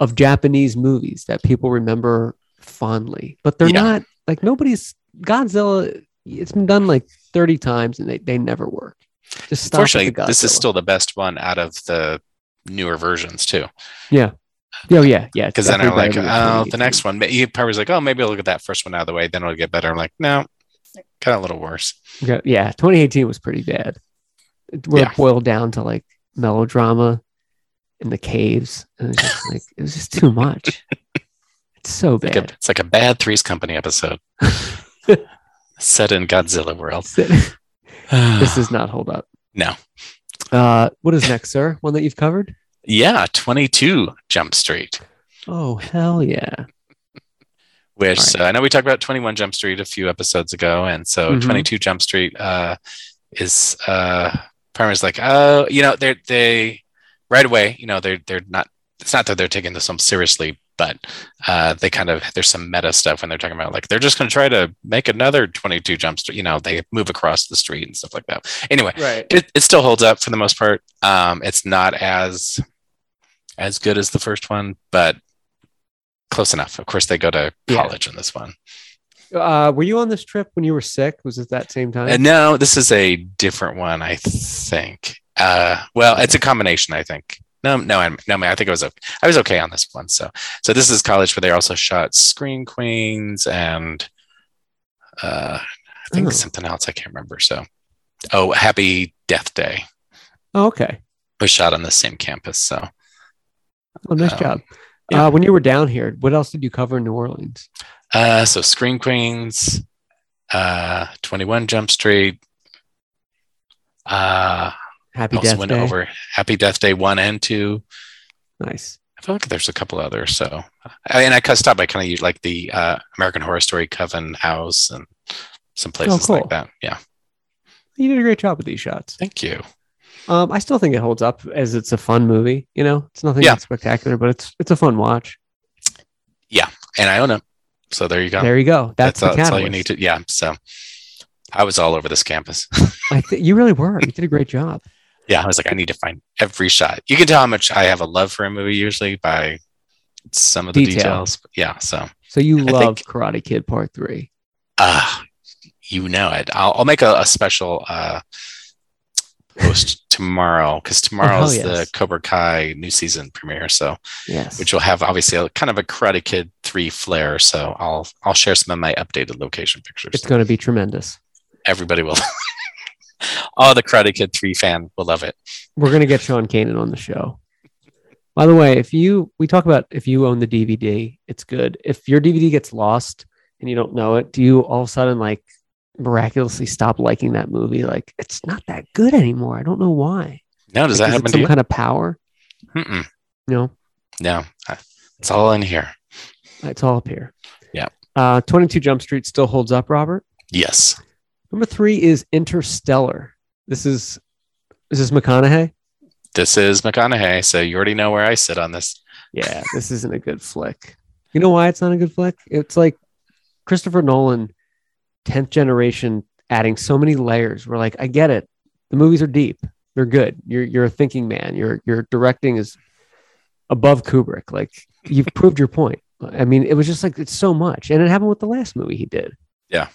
S2: of Japanese movies that people remember fondly. But they're
S1: Yeah.
S2: not like nobody's Godzilla. It's been done like 30 times and they, they never work. Just stop. with the
S1: fortunately, this is
S2: Godzilla.
S1: still the best one out of the newer versions too.
S2: Oh, yeah. Yeah. it's
S1: Because then I'm
S2: definitely
S1: like,
S2: better than
S1: oh, the
S2: 2018.
S1: next one. You probably was like, oh, maybe I'll look at that first one out of the way, then it'll get better. I'm like, no, kind of a little worse.
S2: Yeah, yeah, 2018 was pretty bad. It- Where
S1: Yeah.
S2: it boiled down to like melodrama in the caves. And it was just like it was just too
S1: (laughs)
S2: much. It's so
S1: Like a-
S2: bad.
S1: it's like a bad Three's Company
S2: (laughs)
S1: episode set in Godzilla world.
S2: (sighs)
S1: (sighs)
S2: (laughs) this does not hold up.
S1: No.
S2: Uh, what is next, sir? One that you've covered?
S1: Yeah, 22 Jump Street.
S2: Oh hell yeah!
S1: which
S2: Right.
S1: so I know we talked about 21 Jump Street a few episodes ago, and so
S2: Mhm.
S1: 22 Jump Street uh, is uh, Parma's like, oh, you know, they're they right away, you know, they're they're not. It's not that they're taking this film seriously, but uh, they kind of there's some meta stuff when they're talking about like they're just going to try to make another 22 Jump Street. You know, they move across the street and stuff like that. Anyway,
S2: Right.
S1: it, it still holds up for the most part. Um, it's not as as good as the first one, but close enough. Of course, they go to
S2: Yeah.
S1: college in this one.
S2: Uh, were you on this trip when you were sick? Was it that same time?
S1: And no, this is a different one, I think. Uh, well, it's a combination, I think. No, no, I'm, no, I think I was okay. I was okay on this one. So, so this is college where they also shot Screen Queens and uh, I think
S2: Oh.
S1: something else. I can't remember. So, oh, Happy Death Day
S2: oh, okay.
S1: was shot on the same campus. So,
S2: Oh, nice
S1: Um,
S2: job.
S1: yeah.
S2: Uh, when you were down here, what else did you cover in New Orleans?
S1: Uh, so Scream Queens, uh, 21 Jump Street. Uh,
S2: Happy
S1: also
S2: Death
S1: went
S2: Day.
S1: over Happy Death Day 1 and 2.
S2: Nice.
S1: I feel like there's a couple others. So, I, and I cut stop by kind of use like the uh, American Horror Story Coven House and some places
S2: Oh, cool.
S1: like that. Yeah.
S2: You did a great job with these shots.
S1: Thank you.
S2: Um, I still think it holds up as it's a fun movie. You know, it's nothing
S1: Yeah.
S2: that's spectacular, but it's it's a fun watch.
S1: And I own it. So there you go.
S2: There you go. That's,
S1: that's, all,
S2: the
S1: that's all you
S2: catalyst.
S1: need to. Yeah. So I was all over this campus.
S2: I thi- you really were. You did a great job.
S1: yeah, I was like, I need to find every shot. You can tell how much I have a love for a movie usually by some of the
S2: Detail.
S1: details. Yeah, so
S2: So
S1: (laughs)
S2: you
S1: I
S2: love Karate Kid Part Three.
S1: uh you know it. I'll, I'll make a, a special uh post
S2: (laughs)
S1: tomorrow because tomorrow is
S2: Oh, yes.
S1: the Cobra Kai new season premiere. So
S2: Yes.
S1: which will have obviously a, kind of a Karate Kid three flair. So I'll I'll share some of my updated location pictures.
S2: it's going to be tremendous.
S1: Everybody will. (laughs) All the Karate Kid three fan will love it.
S2: We're going to get Sean Kanan on the show. By the way, if you we talk about if you own the DVD, it's good. If your DVD gets lost and you don't know it, do you all of a sudden like miraculously stop liking that movie? Like it's not that good anymore. I don't know why.
S1: No, does
S2: Like,
S1: that
S2: is it
S1: happen to
S2: some
S1: you?
S2: kind of power?
S1: Mm-mm.
S2: No,
S1: No, I- it's all in here.
S2: it's all up here.
S1: Yeah.
S2: Uh, Twenty Two Jump Street still holds up, Robert.
S1: Yes.
S2: Number three is Interstellar. This is is this McConaughey?
S1: this is McConaughey, so you already know where I sit on this.
S2: Yeah, this isn't a good flick. You know why it's not a good flick? It's like Christopher Nolan, tenth generation, adding so many layers. We're like, I get it. The movies are deep. They're good. You're you're a thinking man. Your your directing is above Kubrick. Like you've proved your point. I mean, it was just like it's so much, and it happened with the last movie he did.
S1: Yeah.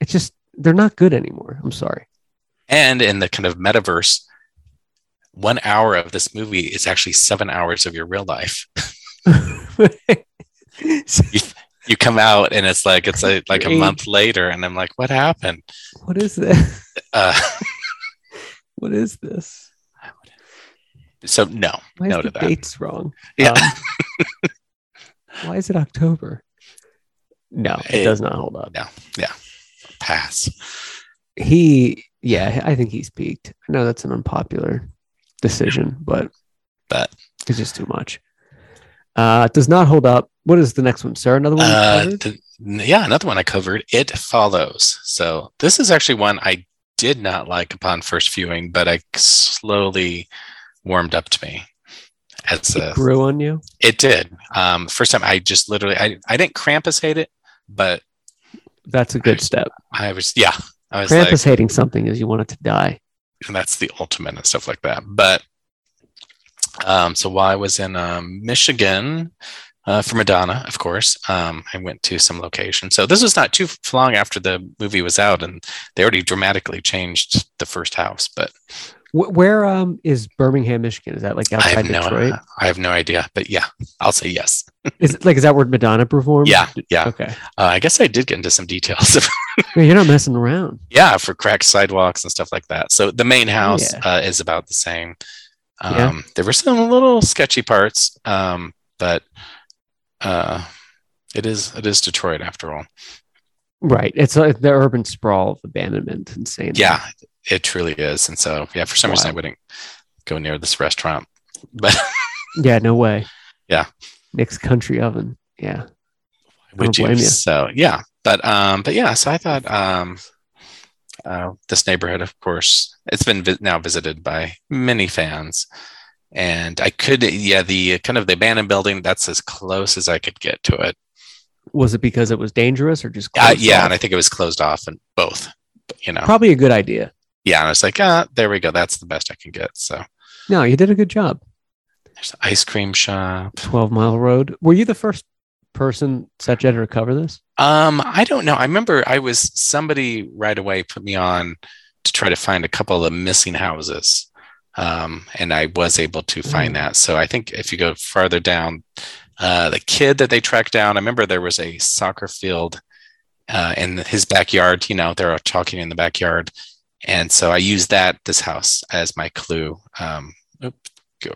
S2: it's just they're not good anymore. I'm sorry. (laughs)
S1: And in the kind of metaverse, one hour of this movie is actually seven hours of your real life. You come out and it's like it's a, like a
S2: Your
S1: month later, and I'm like, what happened?
S2: what is this?
S1: Uh, (laughs)
S2: What is this?
S1: so no,
S2: Why is
S1: no to
S2: the
S1: that.
S2: dates wrong?
S1: Yeah.
S2: Um, why is it October? No, it,
S1: It-
S2: does not hold up.
S1: pass.
S2: He, yeah, I think he's peaked. I know that's an unpopular decision, but
S1: But
S2: it's just too much. Uh, it does not hold up. What is the next one, sir? Another one?
S1: uh,
S2: covered?
S1: th- yeah, another one I covered. It follows. So this is actually one I did not like upon first viewing, but I slowly warmed up to me. As
S2: it
S1: a
S2: grew on you.
S1: It did. Um, first time I just literally I, I didn't Krampus hate it, but
S2: That's a good step.
S1: I was yeah. I was
S2: Krampus hating something is you want it to die.
S1: like and that's the ultimate and stuff like that. But um so while I was in um, Michigan uh, for Madonna, of course, um, I went to some location. So this was not too long after the movie was out, and they already dramatically changed the first house. But
S2: Wh- where um is Birmingham, Michigan? Is that like
S1: I
S2: outside
S1: have no,
S2: Detroit?
S1: I have no idea. But yeah, I'll say yes.
S2: Is it like is that where Madonna performed?
S1: Yeah, yeah.
S2: Okay.
S1: Uh, I guess I did get into some details
S2: Man, you're not messing around.
S1: yeah for cracked sidewalks and stuff like that so the main house
S2: Oh, Yeah.
S1: uh, is about the same um,
S2: Yeah.
S1: there were some little sketchy parts um, but uh, it is it is detroit after all
S2: Right. It's like the urban sprawl of abandonment and saying,
S1: yeah it truly is and so yeah for some reason i
S2: Wild.
S1: wouldn't go near this restaurant but
S2: Yeah, no way. Nick's Country Oven. Yeah.
S1: Would
S2: don't
S1: you?
S2: blame you.
S1: So yeah, but um, but yeah. So I thought um, uh, this neighborhood, of course, it's been vi- now visited by many fans, and I could yeah the kind of the abandoned building. That's as close as I could get to it.
S2: Was it because it was dangerous or just
S1: Uh,
S2: closed
S1: yeah,
S2: off?
S1: and I think it was closed off and both. You know,
S2: probably a good idea.
S1: yeah, and I was like, ah, there we go. That's the best I can get. So
S2: No, you did a good job.
S1: there's an ice cream shop.
S2: 12 Mile Road. Were you the first person, Satjet, to cover this?
S1: Um, I don't know. I remember I was somebody right away put me on to try to find a couple of missing houses. Um, and I was able to
S2: Mm.
S1: find that. So I think if you go farther down, uh, the kid that they tracked down, I remember there was a soccer field uh, in his backyard. You know, they're talking in the backyard. And so I used that, this house, as my clue. Um, oop, go.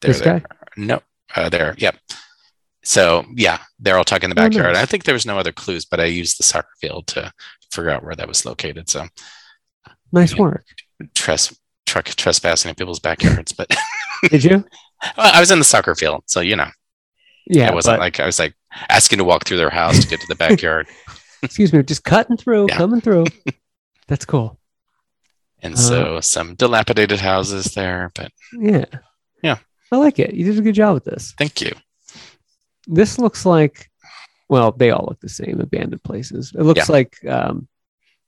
S1: There,
S2: This
S1: there.
S2: guy?
S1: No, uh, there. Yep. So yeah, they're all talking in the
S2: Oh,
S1: backyard.
S2: nice.
S1: I think there was no other clues, but I used the soccer field to figure out where that was located. So
S2: Nice
S1: Yeah.
S2: work.
S1: tresp- truck trespassing in people's backyards, but (laughs)
S2: Did you?
S1: well, I was in the soccer field, so you know,
S2: Yeah.
S1: I wasn't
S2: but-
S1: like I was like asking to walk through their house to get to
S2: (laughs)
S1: the backyard,
S2: excuse me, just cutting through,
S1: Yeah. (laughs)
S2: coming through. That's cool.
S1: and
S2: Uh-huh.
S1: so some dilapidated houses there. But
S2: Yeah.
S1: Yeah.
S2: I like it. You did a good job with this.
S1: thank you.
S2: This looks like, well, they all look the same, abandoned places. It looks like um,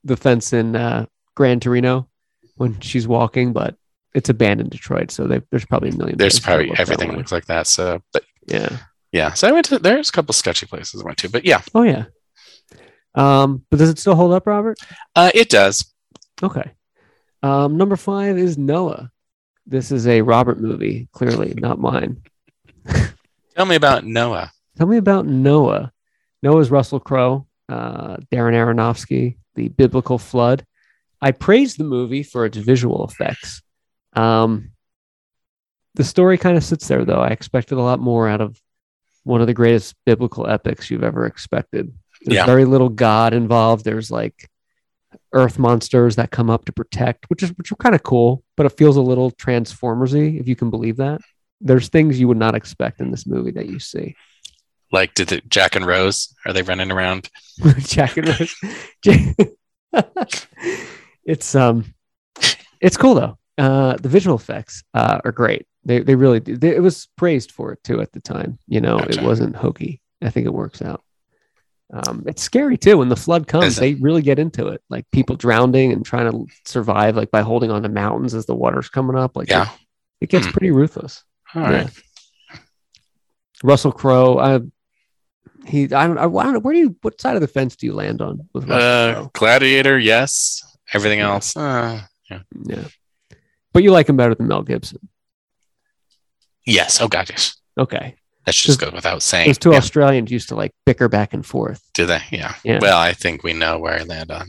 S2: the fence in uh, Grand Torino when she's walking, but it's abandoned Detroit. So they, there's probably a million.
S1: There's
S2: places that
S1: probably
S2: look that
S1: everything
S2: way.
S1: looks like that. So, but
S2: Yeah.
S1: yeah, so I went to there's a couple sketchy places I went to, but yeah,
S2: Oh, yeah. Um, but does it still hold up, Robert?
S1: uh, it does.
S2: Okay. Um, number five is Noah. This is a Robert movie, clearly, not mine.
S1: Tell me about Noah.
S2: Tell me about Noah. Noah's Russell Crowe, uh, Darren Aronofsky, the biblical flood. I praised the movie for its visual effects. Um, the story kind of sits there, though. I expected a lot more out of one of the greatest biblical epics you've ever expected. There's
S1: Yeah.
S2: very little God involved. There's like earth monsters that come up to protect, which is which are kind of cool, but it feels a little Transformersy, if you can believe that. There's things you would not expect in this movie that you see.
S1: Like, did the Jack and Rose are they running around?
S2: Jack and Rose. Jack- (laughs) it's um, it's cool though. Uh, the visual effects uh, are great. They they really do. They, it was praised for it too at the time. You know,
S1: Gotcha.
S2: it wasn't hokey. I think it works out. Um, it's scary too when the flood comes.
S1: Is it?
S2: They really get into it, like people drowning and trying to survive, like by holding on to mountains as the water's coming up. Like
S1: Yeah.
S2: it, it gets
S1: Hmm.
S2: pretty ruthless.
S1: All right.
S2: Yeah. Russell Crowe. I he. I don't. I, don't know. Where do you? What side of the fence do you land on with Russell
S1: Uh,
S2: Crowe?
S1: Gladiator, yes. Everything
S2: Yeah.
S1: else, uh,
S2: Yeah. But you like him better than Mel Gibson.
S1: yes. Oh God, yes.
S2: Okay.
S1: That should just go without saying.
S2: Those two
S1: Yeah,
S2: Australians used to like bicker back and forth
S1: do they? Yeah.
S2: Yeah.
S1: Well, I think we know where I land on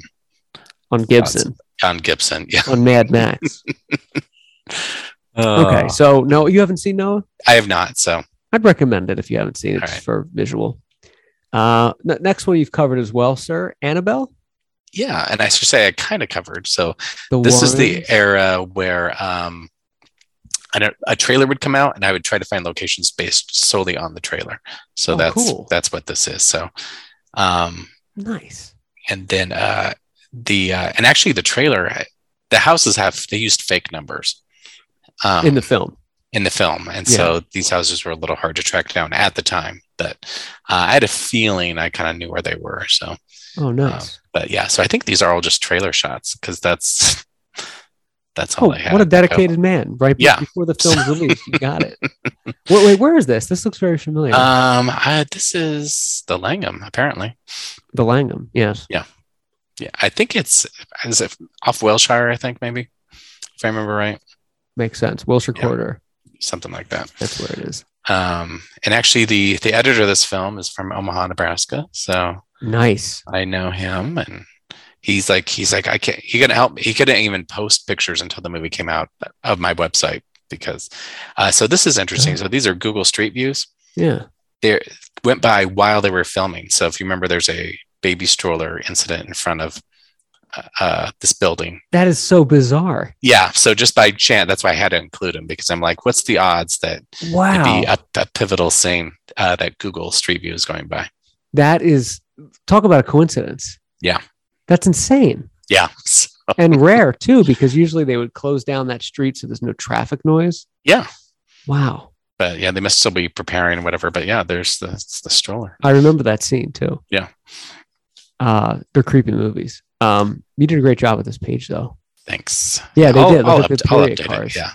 S2: on Gibson,
S1: on Gibson. (laughs) Yeah.
S2: on
S1: (laughs)
S2: Mad Max.
S1: Uh.
S2: okay. So no, you haven't seen Noah.
S1: I have not. So
S2: I'd recommend it if you haven't seen
S1: All
S2: it just
S1: right.
S2: for visual. Uh, n- next one you've covered as well, sir. Annabelle.
S1: yeah, and I should say I kind of covered. So
S2: The
S1: this is the
S2: Warrens?
S1: era where um, I don't, a trailer would come out, and I would try to find locations based solely on the trailer. So
S2: Oh,
S1: that's
S2: cool.
S1: that's what this is. So, um,
S2: nice.
S1: and then uh, the uh, and actually the trailer, the houses have they used fake numbers. Um,
S2: In the film,
S1: in the film. And so these houses were a little hard to track down at the time, but uh, I had a feeling I kind of knew where they were. So,
S2: oh nice.
S1: but yeah, so I think these are all just trailer shots because that's (laughs) that's all
S2: Oh,
S1: I had.
S2: what a
S1: to go.
S2: dedicated man! Right be-
S1: Yeah.
S2: before the film's released, you
S1: (laughs)
S2: got it. Wait, wait, where is this? This looks very familiar.
S1: Um, I, this is the Langham apparently.
S2: the Langham, yes.
S1: Yeah, I think it's is it off Wilshire. I think maybe if I remember right,
S2: Makes sense. Wilshire
S1: Yeah.
S2: Corridor.
S1: something like that.
S2: That's where it is.
S1: Um, and actually the the editor of this film is from Omaha, Nebraska. So
S2: Nice.
S1: I know him, and he's like, he's like, I can't. He couldn't help. He couldn't even post pictures until the movie came out of my website because. Uh, so this is interesting. So these are Google Street Views.
S2: Yeah.
S1: They went by while they were filming. So if you remember, there's a baby stroller incident in front of uh, this building.
S2: That is so bizarre.
S1: Yeah, so just by chance, that's why I had to include him because I'm like, what's the odds that it'd
S2: Wow.
S1: be a, a pivotal scene uh, that Google Street View is going by?
S2: that is talk about a coincidence.
S1: Yeah.
S2: That's insane.
S1: Yeah, so, (laughs)
S2: And rare too, because usually they would close down that street so there's no traffic noise.
S1: yeah,
S2: Wow.
S1: but yeah, they must still be preparing and whatever. But yeah, there's the, it's the stroller.
S2: I remember that scene too.
S1: Yeah.
S2: Uh they're creepy movies. Um you did a great job with this page though.
S1: Thanks.
S2: Yeah, they
S1: I'll,
S2: did. Look
S1: I'll
S2: at the
S1: up- I'll
S2: period
S1: update it.
S2: cars.
S1: Yeah,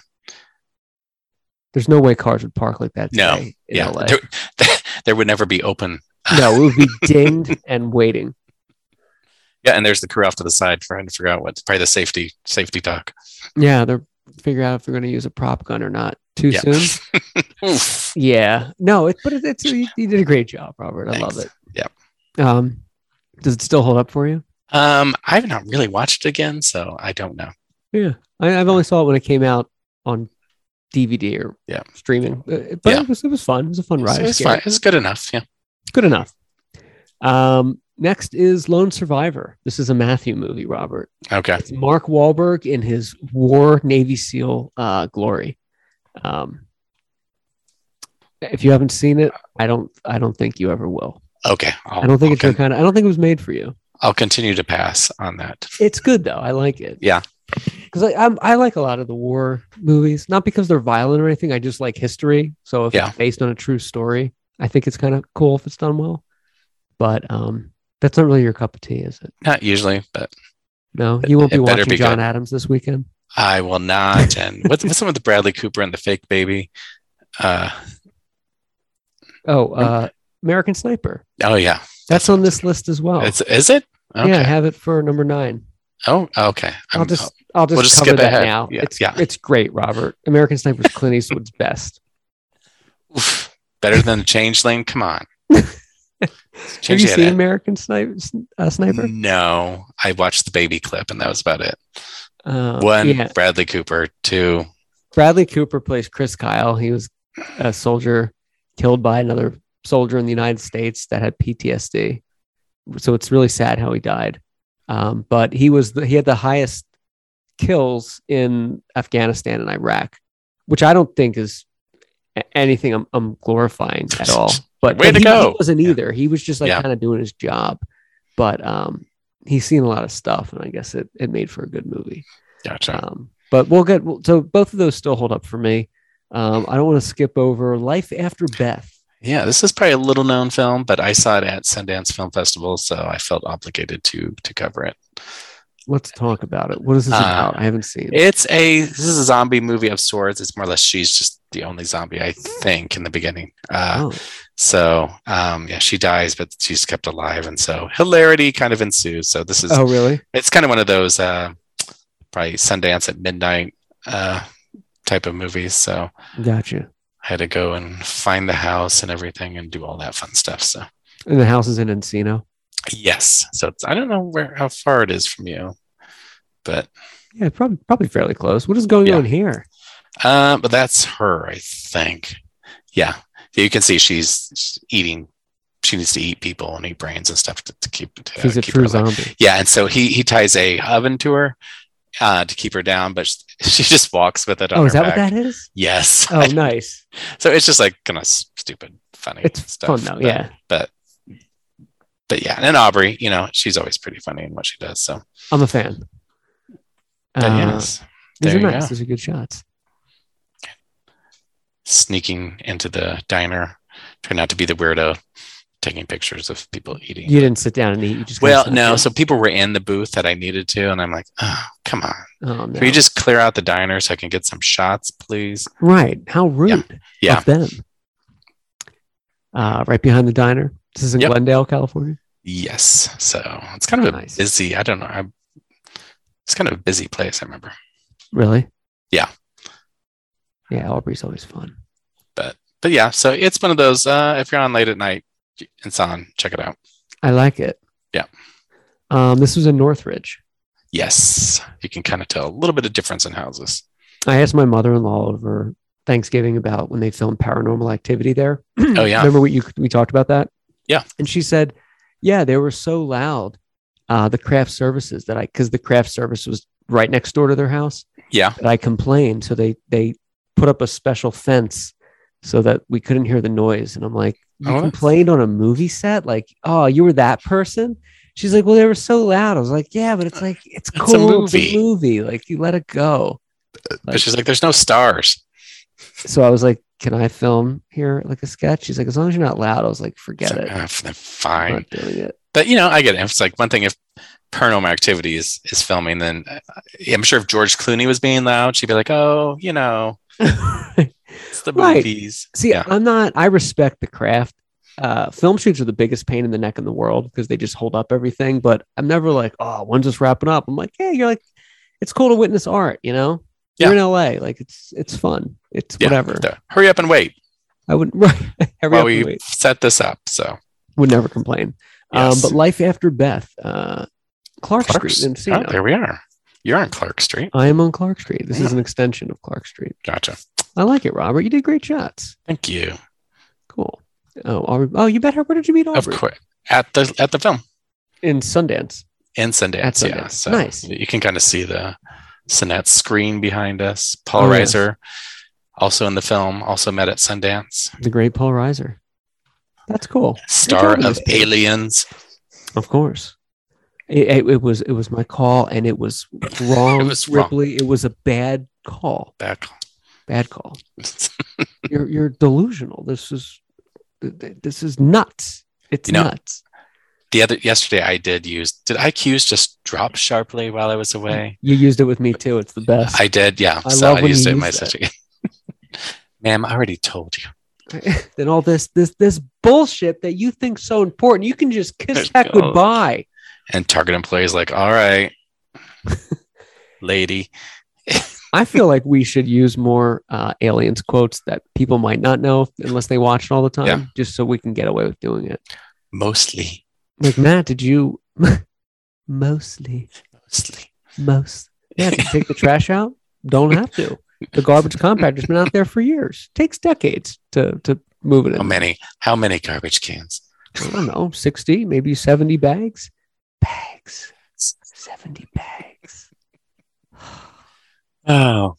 S2: There's no way cars would park like that
S1: No.
S2: today in
S1: yeah.
S2: LA.
S1: There, (laughs) there would never be open.
S2: (laughs) no, it would be dinged and waiting.
S1: Yeah, and there's the crew off to the side trying to figure out what probably the safety safety talk.
S2: Yeah, they're figure out if they're going to use a prop gun or not too
S1: Yeah.
S2: soon.
S1: Oof.
S2: Yeah, no, it, but it, it's you, you did a great job, Robert. I love
S1: Thanks.
S2: it. Um, does it still hold up for you?
S1: Um, I've not really watched it again, so I don't know.
S2: Yeah, I, I've only saw it when it came out on DVD or
S1: Yeah.
S2: streaming, Uh, but
S1: Yeah.
S2: it was it was fun. It was a fun ride.
S1: So it's
S2: Scary.
S1: fine. It's good enough. Yeah.
S2: Good enough. Um, next is Lone Survivor. This is a Matthew movie, Robert.
S1: Okay.
S2: It's Mark Wahlberg in his War Navy SEAL uh, glory. Um, if you haven't seen it, I don't. I don't think you ever will.
S1: Okay. I'll,
S2: I don't think
S1: I'll
S2: it's your
S1: con-
S2: kind of. I don't think it was made for you.
S1: I'll continue to pass on that.
S2: It's good though. I like it.
S1: Yeah.
S2: Because I I'm, I like a lot of the war movies, not because they're violent or anything. I just like history. So if
S1: Yeah.
S2: it's based on a true story, I think it's kind of cool if it's done well. But um, that's not really your cup of tea, is it?
S1: Not usually, but
S2: No, you won't
S1: It
S2: be
S1: better
S2: watching
S1: be
S2: John
S1: good.
S2: Adams this weekend.
S1: I will not. And what's what's the one with Bradley Cooper and the fake baby? Uh
S2: Oh,
S1: Hmm?
S2: uh, American Sniper.
S1: oh yeah.
S2: That's on this list as well.
S1: It's, is it? Okay.
S2: Oh. Yeah, I have it for number nine.
S1: Oh, okay.
S2: I'll
S1: I'm-
S2: just I'll just,
S1: we'll just
S2: cover
S1: skip
S2: that
S1: ahead.
S2: now.
S1: Yeah,
S2: It's
S1: yeah.
S2: it's great, Robert. American Sniper's Clint Eastwood's best.
S1: oh, oof, better than Changeling. Come on.
S2: (laughs) Have you
S1: Changeling had
S2: seen
S1: it.
S2: American Sniper? Uh, Sniper?
S1: No, I watched the baby clip and that was about it.
S2: Uh,
S1: One,
S2: yeah.
S1: Bradley Cooper. Two,
S2: Bradley Cooper plays Chris Kyle. He was a soldier killed by another soldier in the United States that had PTSD. So it's really sad how he died. Um, but he was the, he had the highest kills in Afghanistan and Iraq, which I don't think is a- anything I'm, I'm glorifying
S1: (laughs)
S2: at all. But,
S1: Way
S2: but
S1: to
S2: he,
S1: go.
S2: he wasn't
S1: Yeah.
S2: either. He was just like
S1: Yeah.
S2: kind of doing his job. But um, he's seen a lot of stuff, and I guess it, it made for a good movie.
S1: Gotcha.
S2: Um, but we'll get we'll- so both of those still hold up for me. Um, I don't want to skip over Life After Beth.
S1: Yeah, this is probably a little known film, but I saw it at Sundance Film Festival, so I felt obligated to to cover it.
S2: Let's talk about it. What is this
S1: Uh,
S2: about? I haven't seen it.
S1: It's a this is a zombie movie of sorts. It's more or less she's just the only zombie I think in the beginning. Uh,
S2: Oh,
S1: So um, yeah, she dies, but she's kept alive, and so hilarity kind of ensues. So this is
S2: oh, really?
S1: it's kind of one of those uh, probably Sundance at midnight uh, type of movies. So
S2: Gotcha.
S1: I had to go and find the house and everything and do all that fun stuff. So
S2: And the house is in Encino.
S1: yes, so it's, I don't know where how far it is from you, but
S2: Yeah, probably probably fairly close. What is going
S1: Yeah.
S2: on here?
S1: Uh, but that's her, I think. Yeah, you can see she's eating. She needs to eat people and eat brains and stuff to, to keep. To, uh,
S2: She's a
S1: keep her
S2: true
S1: alive.
S2: zombie.
S1: Yeah, and so he he ties a oven to her uh, to keep her down, but she, (laughs) she just walks with it. On
S2: Oh, is
S1: her
S2: that what
S1: back.
S2: that is?
S1: Yes. (laughs)
S2: Oh, nice.
S1: so it's just like kind of stupid, funny.
S2: It's
S1: stuff,
S2: fun though.
S1: but-
S2: Yeah,
S1: but but yeah, and Aubrey, you know, she's always pretty funny in what she does. So,
S2: I'm a fan.
S1: but
S2: Uh,
S1: yes,
S2: these
S1: there
S2: are
S1: you
S2: nice.
S1: go.
S2: These are good shots.
S1: sneaking into the diner, trying not to be the weirdo, taking pictures of people eating.
S2: You didn't sit down and eat. You just kinda
S1: Well,
S2: sat
S1: no.
S2: down.
S1: So people were in the booth that I needed to, and I'm like, oh, come on.
S2: Oh, no.
S1: Can you just clear out the diner so I can get some shots, please?
S2: Right. How rude
S1: Yeah.
S2: of them. Uh, right behind the diner. This is in
S1: Yep.
S2: Glendale, California.
S1: Yes. So it's kind of a
S2: Nice.
S1: busy. I don't know. I'm, it's kind of a busy place. I remember,
S2: Really?
S1: Yeah.
S2: Yeah, Aubrey's always fun.
S1: but yeah. So it's one of those. Uh, if you're on late at night, it's on. Check it out.
S2: I like it.
S1: Yeah.
S2: Um, this was in Northridge.
S1: Yes, you can kind of tell a little bit of difference in houses.
S2: I asked my mother in law over Thanksgiving about when they filmed Paranormal Activity there.
S1: (clears throat) Oh yeah.
S2: Remember we you, we talked about that?
S1: Yeah.
S2: And she said, "Yeah, they were so loud uh, the craft services that I because the craft service was right next door to their house.
S1: Yeah.
S2: That I complained, so they they put up a special fence so that we couldn't hear the noise. And I'm like, you
S1: Oh, that's-
S2: complained on a movie set, like, oh, you were that person. She's like, well, they were so loud. I was like, yeah, but it's like it's
S1: Uh, a
S2: cool. It's a
S1: movie.
S2: movie. Like you let it go.
S1: But she's like, there's no stars.
S2: So I was like, can I film here like a sketch? She's like, as long as you're not loud. I was like, forget
S1: It's
S2: it.
S1: like, "Ah, f-
S2: I'm
S1: fine.
S2: not doing it.
S1: But you know, I get it. It's like one thing if Paranormal Activity is is filming, then uh, I'm sure if George Clooney was being loud, she'd be like, "Oh, you
S2: (laughs)
S1: know, it's the
S2: Right.
S1: movies."
S2: See,
S1: Yeah.
S2: I'm not. I respect the craft. Uh, film shoots are the biggest pain in the neck in the world because they just hold up everything. But I'm never like, oh, when's this wrapping up? I'm like, hey, you're like, it's cool to witness art. You know, you're in LA, like it's it's fun. It's
S1: Yeah,
S2: whatever.
S1: so hurry up and wait
S2: I would (laughs) right. Every
S1: while
S2: other
S1: we
S2: week.
S1: set this up. So
S2: would never complain.
S1: Yes.
S2: Um, but life after Beth, uh, Clark
S1: Clark's,
S2: Street in
S1: oh,
S2: Encino.
S1: there we are. You're on Clark Street.
S2: I am on Clark Street. This is an extension of Clark Street.
S1: Gotcha.
S2: I like it, Robert. You did great shots.
S1: Thank you.
S2: Cool. Oh, Aubrey. Oh, you met her. Where did you meet Aubrey?
S1: Of course, at the at the film
S2: In Sundance.
S1: in Sundance.
S2: At Sundance.
S1: Yeah, so
S2: Nice.
S1: You can kind of see the Sinet screen behind us. Paul
S2: Oh, yes.
S1: Reiser, also in the film, also met at Sundance.
S2: The Great Paul Reiser. That's cool.
S1: Star
S2: job,
S1: of
S2: Mr.
S1: Aliens.
S2: Of course. It, it, it was it was my call, and
S1: (laughs)
S2: it was wrong.
S1: It was wrong.
S2: Ripley. It was a bad call.
S1: Back. (laughs)
S2: Bad call. You're you're delusional. This is th- th- this is nuts. It's
S1: You know,
S2: nuts.
S1: the other yesterday I did use did IQs just drop sharply while I was away?
S2: You used it with me too. It's the best.
S1: I did, yeah.
S2: Mm. I
S1: so
S2: love
S1: I
S2: when
S1: used
S2: you
S1: it in
S2: use
S1: my
S2: that.
S1: session. (laughs) Ma'am, I already told you.
S2: then all this this this bullshit that you think so important, you can just kiss
S1: Let's
S2: that
S1: go.
S2: goodbye.
S1: And Target employee's like, all
S2: (laughs)
S1: right, lady.
S2: I feel like we should use more uh, aliens quotes that people might not know unless they watch it all the time,
S1: Yeah.
S2: just so we can get away with doing it.
S1: Mostly.
S2: Like Matt, did you (laughs) mostly
S1: Mostly.
S2: most? Yeah, did you take the trash out? Don't have to. The garbage compactor's been out there for years. Takes decades to to move it in.
S1: How many? How many garbage cans?
S2: I don't know, sixty, maybe seventy bags. Bags, seventy bags.
S1: Oh.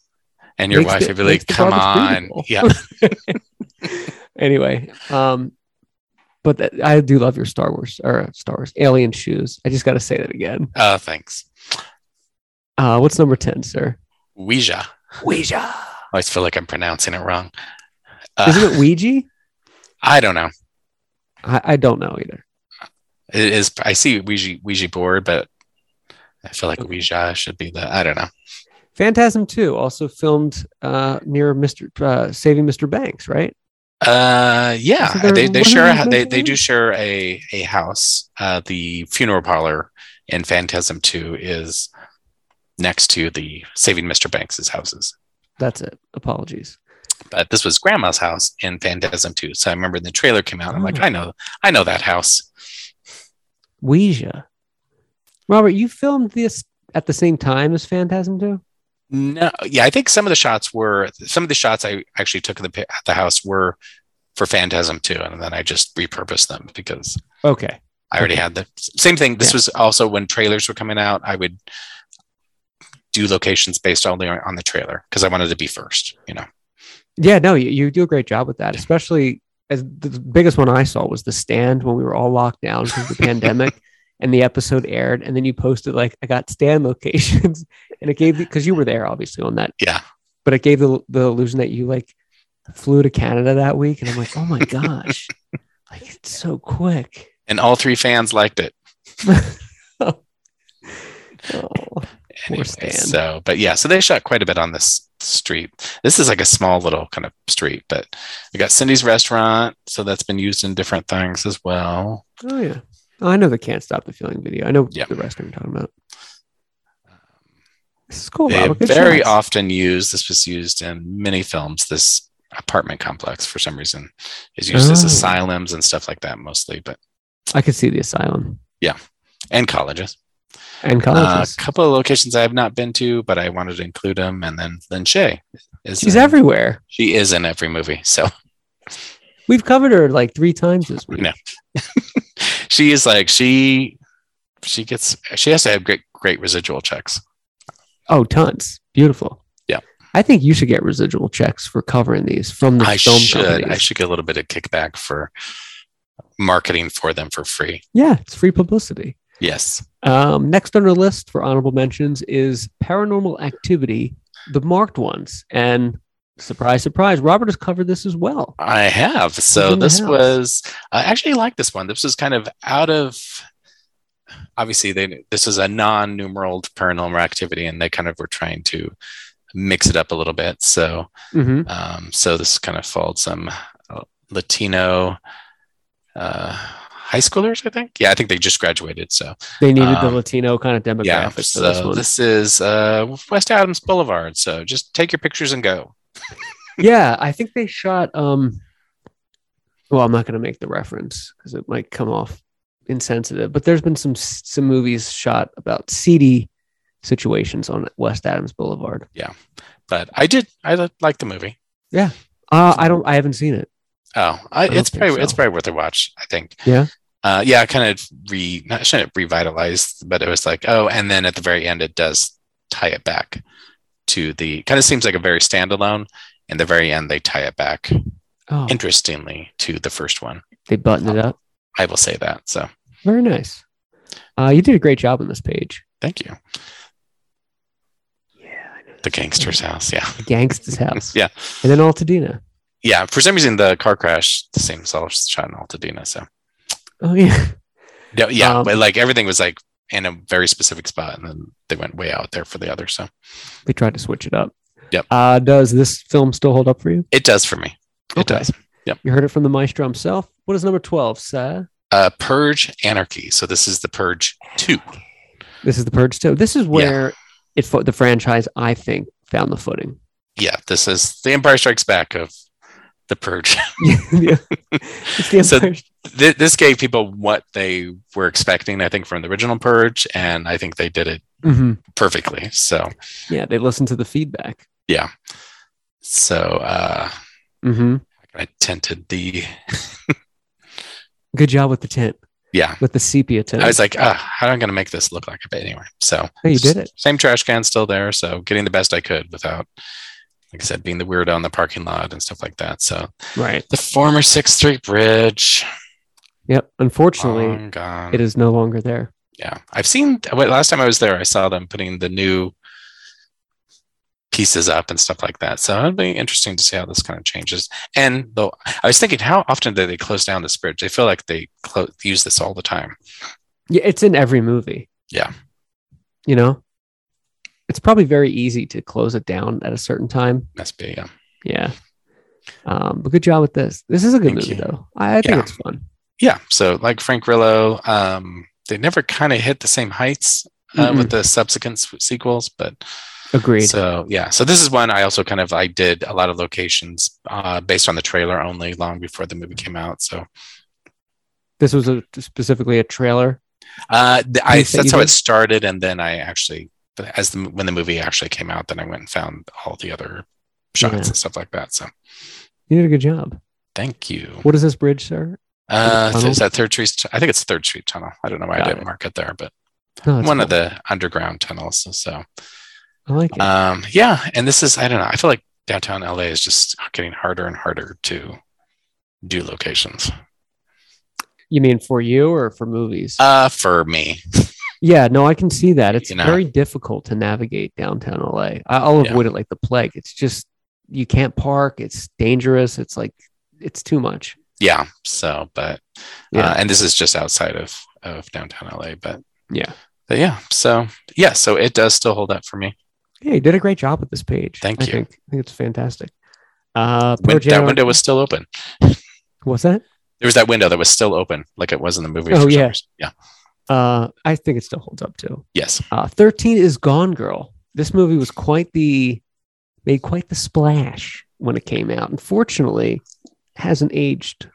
S1: And your
S2: Makes
S1: wife
S2: the-
S1: would be
S2: makes
S1: like,
S2: the
S1: come
S2: garbage
S1: on.
S2: breathable. (laughs)
S1: Yeah.
S2: anyway, um, but that, I do love your Star Wars or uh, Star Wars Alien shoes. I just got to say that again.
S1: Oh, thanks.
S2: Uh, what's number ten, sir?
S1: Ouija.
S2: Ouija.
S1: I always feel like I'm pronouncing it wrong. Uh,
S2: Isn't it Ouija?
S1: I don't know.
S2: I, I don't know either.
S1: It is. I see Ouija Ouija board, but I feel like
S2: Okay.
S1: Ouija should be the. I don't know.
S2: Phantasm Two also filmed uh, near Mister uh, Saving Mr. Banks, right?
S1: Uh,
S2: Isn't
S1: yeah,
S2: there-
S1: they, they
S2: wasn't
S1: share
S2: there
S1: a,
S2: a
S1: they
S2: Ouija
S1: they do
S2: board?
S1: share a a house. Uh, the funeral parlor in Phantasm Two is next to the Saving Mr. Banks's houses.
S2: That's it. Apologies.
S1: But this was Grandma's house in Phantasm Two, so I remember when the trailer came out. I'm like,
S2: Oh.
S1: I know, I know that house.
S2: Ouija. Robert, you filmed this at the same time as Phantasm Two.
S1: No, yeah, I think some of the shots were some of the shots I actually took at the pi- at the house were for Phantasm too, and then I just repurposed them because
S2: Okay.
S1: I already
S2: Okay.
S1: had the same thing. This
S2: Yeah.
S1: was also when trailers were coming out. I would do locations based only on on the trailer because I wanted to be first. You know,
S2: Yeah, no, you, you do a great job with that, especially as the biggest one I saw was the stand when we were all locked down because of the pandemic and the episode aired. And then you posted like, I got stand locations (laughs) and it gave because you were there obviously on that.
S1: Yeah.
S2: But it gave the, the illusion that you like flew to Canada that week. And I'm like, oh my gosh, like it's so quick. (laughs)
S1: and all three fans liked it.
S2: Oh.
S1: Anyway,
S2: Stan.
S1: so, but yeah, so they shot quite a bit on this street. This is like a small little kind of street, but we got Cindy's restaurant, so that's been used in different things as well.
S2: Oh, yeah. Oh, I know the Can't Stop the Feeling video. I know
S1: Yeah. Um,
S2: the restaurant you're talking about. This is cool,
S1: They
S2: Robert. Good
S1: very
S2: shots.
S1: often used this was used in many films this apartment complex for some reason is used as
S2: Oh.
S1: asylums and stuff like that mostly but
S2: I could see the asylum
S1: and colleges
S2: and
S1: a
S2: colleges.
S1: Uh, couple of locations i have not been to but i wanted to include them and then then shay is
S2: She's
S1: in-
S2: everywhere.
S1: she is in every movie so (laughs)
S2: We've covered her like three times this
S1: you
S2: week.
S1: know she is like she she gets she has to have great great residual checks.
S2: Oh, tons. Beautiful.
S1: Yeah.
S2: I think you should get residual checks for covering these from the
S1: I
S2: film
S1: should I
S2: companies.
S1: should get a little bit of kickback for marketing for them for free.
S2: yeah, it's free publicity.
S1: Yes.
S2: Um, next on our list for honorable mentions is Paranormal Activity, the marked ones. And surprise, surprise, Robert has covered this as well.
S1: I have. So
S2: Within the
S1: this
S2: house.
S1: was I actually like this one. This was kind of out of obviously they this is a non-numeral paranormal activity and they kind of were trying to mix it up a little bit. So
S2: Mm-hmm.
S1: um, so this kind of followed some uh, Latino uh, high schoolers, I think. Yeah, I think they just graduated. So
S2: They needed the
S1: Um,
S2: Latino kind of demographic
S1: yeah,
S2: for
S1: so
S2: this one.
S1: is uh, West Adams Boulevard. So just take your pictures and go.
S2: (laughs) yeah, I think they shot. Um, well, I'm not going to make the reference because it might come off insensitive. But there's been some some movies shot about seedy situations on West Adams Boulevard.
S1: But I did. I li- like the movie.
S2: Uh, I don't. I haven't seen it.
S1: Oh, I,
S2: don't
S1: it's
S2: think
S1: probably
S2: so.
S1: it's probably worth a watch. I think.
S2: Yeah?
S1: Uh, yeah, I kind of re not shouldn't revitalized, but it was like oh, and then at the very end it does tie it back to the kind of seems like a very standalone. In the very end, they tie it back
S2: Oh,
S1: interestingly to the first one.
S2: they buttoned it up.
S1: I will say that. So
S2: Very nice. Uh, you did a great job on this page.
S1: thank you.
S2: Yeah, I know.
S1: The gangster's house. Yeah.
S2: The gangster's
S1: (laughs)
S2: house.
S1: Yeah.
S2: and then Altadena.
S1: Yeah. For some reason, the car crash, the same was all shot in Altadena. So
S2: Oh yeah, (laughs)
S1: yeah, yeah
S2: Um,
S1: but like everything was like in a very specific spot. And then they went way out there for the other. So
S2: they tried to switch it up.
S1: Yep.
S2: Uh, does this film still hold up for you?
S1: it does for me. It
S2: Okay.
S1: does.
S2: You heard it from the maestro himself. What is number twelve, sir?
S1: Uh, Purge Anarchy. So this is the Purge 2.
S2: This is the Purge too. This is where it fo- the franchise I think found the footing. (laughs)
S1: Yeah. This is The Empire Strikes Back of the Purge. (laughs)
S2: yeah. It's the
S1: So-
S2: Empire-
S1: Th- this gave people what they were expecting, I think, from the original Purge. And I think they did it
S2: Mhm.
S1: perfectly. So
S2: Yeah, they listened to the feedback.
S1: So uh,
S2: hmm
S1: I tinted the.
S2: Good job with the tent,
S1: Yeah,
S2: with the sepia tent.
S1: I was like, ah, how am I going to make this look like a bit anyway? So
S2: Hey, you did it.
S1: Same trash can still there. So getting the best I could without, like I said, being the weirdo in the parking lot and stuff like that. So
S2: right.
S1: the former Sixth Street Bridge,
S2: Yep. Unfortunately,
S1: long gone.
S2: it is no longer there.
S1: yeah, I've seen. Wait, last time I was there, I saw them putting the new pieces up and stuff like that. So it'll be interesting to see how this kind of changes. And though I was thinking, how often do they close down this bridge? They feel like they clo- use this all the time.
S2: Yeah, it's in every movie.
S1: Yeah.
S2: You know, it's probably very easy to close it down at a certain time.
S1: Must be. uh, Yeah.
S2: Yeah. Um, but good job with this. This is a good
S1: Thank
S2: movie,
S1: you.
S2: though. I, I think
S1: Yeah.
S2: it's fun.
S1: yeah so like frank grillo um they never kind of hit the same heights uh, with the subsequent s- sequels but
S2: Agreed.
S1: so yeah so this is one i also kind of i did a lot of locations uh based on the trailer only long before the movie came out so
S2: this was a, specifically a trailer.
S1: uh th- i
S2: Nice that
S1: that's
S2: you
S1: how
S2: did.
S1: it started and then i actually but as the, when the movie actually came out then i went and found all the other shots
S2: Yeah.
S1: and stuff like that so
S2: You did a good job.
S1: thank you
S2: What is this bridge, sir?
S1: uh
S2: tunnel?
S1: is that third street i think it's third street tunnel i don't know why
S2: Got
S1: i didn't
S2: it.
S1: mark it there but
S2: No,
S1: one
S2: it's
S1: of
S2: cool.
S1: the underground tunnels so
S2: I like it.
S1: Um, yeah, and this is I don't know. I feel like downtown LA is just getting harder and harder to do locations.
S2: you mean for you or for movies?
S1: Uh, for me,
S2: yeah, no, I can see that. It's
S1: you know.
S2: very difficult to navigate downtown LA. I, I'll
S1: Yeah.
S2: avoid it like the plague. It's just you can't park. It's dangerous. It's like it's too much.
S1: yeah. So, but
S2: Yeah.
S1: uh, and this is just outside of of downtown LA, but
S2: Yeah.
S1: but yeah. So yeah, so it does still hold up for me.
S2: Yeah, you did a great job with this page.
S1: Thank
S2: I
S1: you.
S2: Think, I think it's fantastic. Uh,
S1: When-
S2: Pearl Jam-
S1: that window was still open.
S2: What's that?
S1: There was that window that was still open, like it was in the movie.
S2: Oh,
S1: for some
S2: yeah.
S1: reason. yeah.
S2: Uh, I think it still holds up too.
S1: Yes. (sighs)
S2: Uh, 13 is Gone Girl. This movie was quite the made quite the splash when it came out. Unfortunately, hasn't aged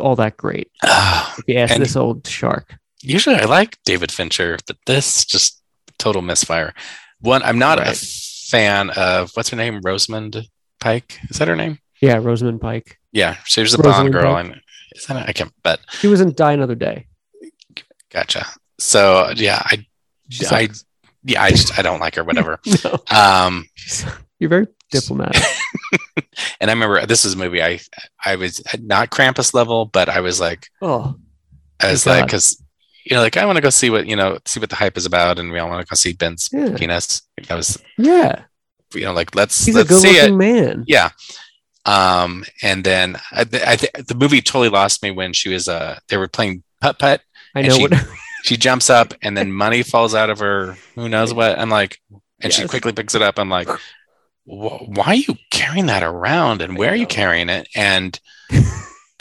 S2: all that great.
S1: Ah,
S2: If you ask
S1: And-
S2: this old shark.
S1: usually I like David Fincher, but this just total misfire. One, I'm not a
S2: Right.
S1: fan of what's her name, Rosamund Pike. Is that her name?
S2: Yeah, Rosamund Pike.
S1: Yeah, she was a Bond
S2: Rosamund
S1: girl,
S2: Pike.
S1: and is that I can't. But
S2: She was in Die Another Day.
S1: gotcha. So yeah, I,
S2: She
S1: I,
S2: sucks.
S1: yeah, I just I don't like her.
S2: (laughs)
S1: Whatever.
S2: No.
S1: Um,
S2: She's- You're very
S1: (laughs)
S2: diplomatic.
S1: and I remember this is a movie I I was not Krampus level, but I was like
S2: Oh,
S1: I was
S2: Thank
S1: like
S2: God.
S1: because you know like I want to go see what you know see what the hype is about, and we all want to go see Ben's
S2: Yeah.
S1: penis. Like, I was
S2: yeah.
S1: you know like let's
S2: He's a
S1: let's
S2: good
S1: see it.
S2: looking man.
S1: Yeah. Um, and then I, th- I th- the movie totally lost me when she was uh they were playing putt putt.
S2: I
S1: And
S2: know
S1: she-
S2: what. (laughs)
S1: She jumps up and then money falls out of her. Who knows what? I'm like, and she
S2: Yes.
S1: quickly picks it up. I'm like, "Wh- why are you carrying that around? And where are you
S2: know.
S1: carrying it? And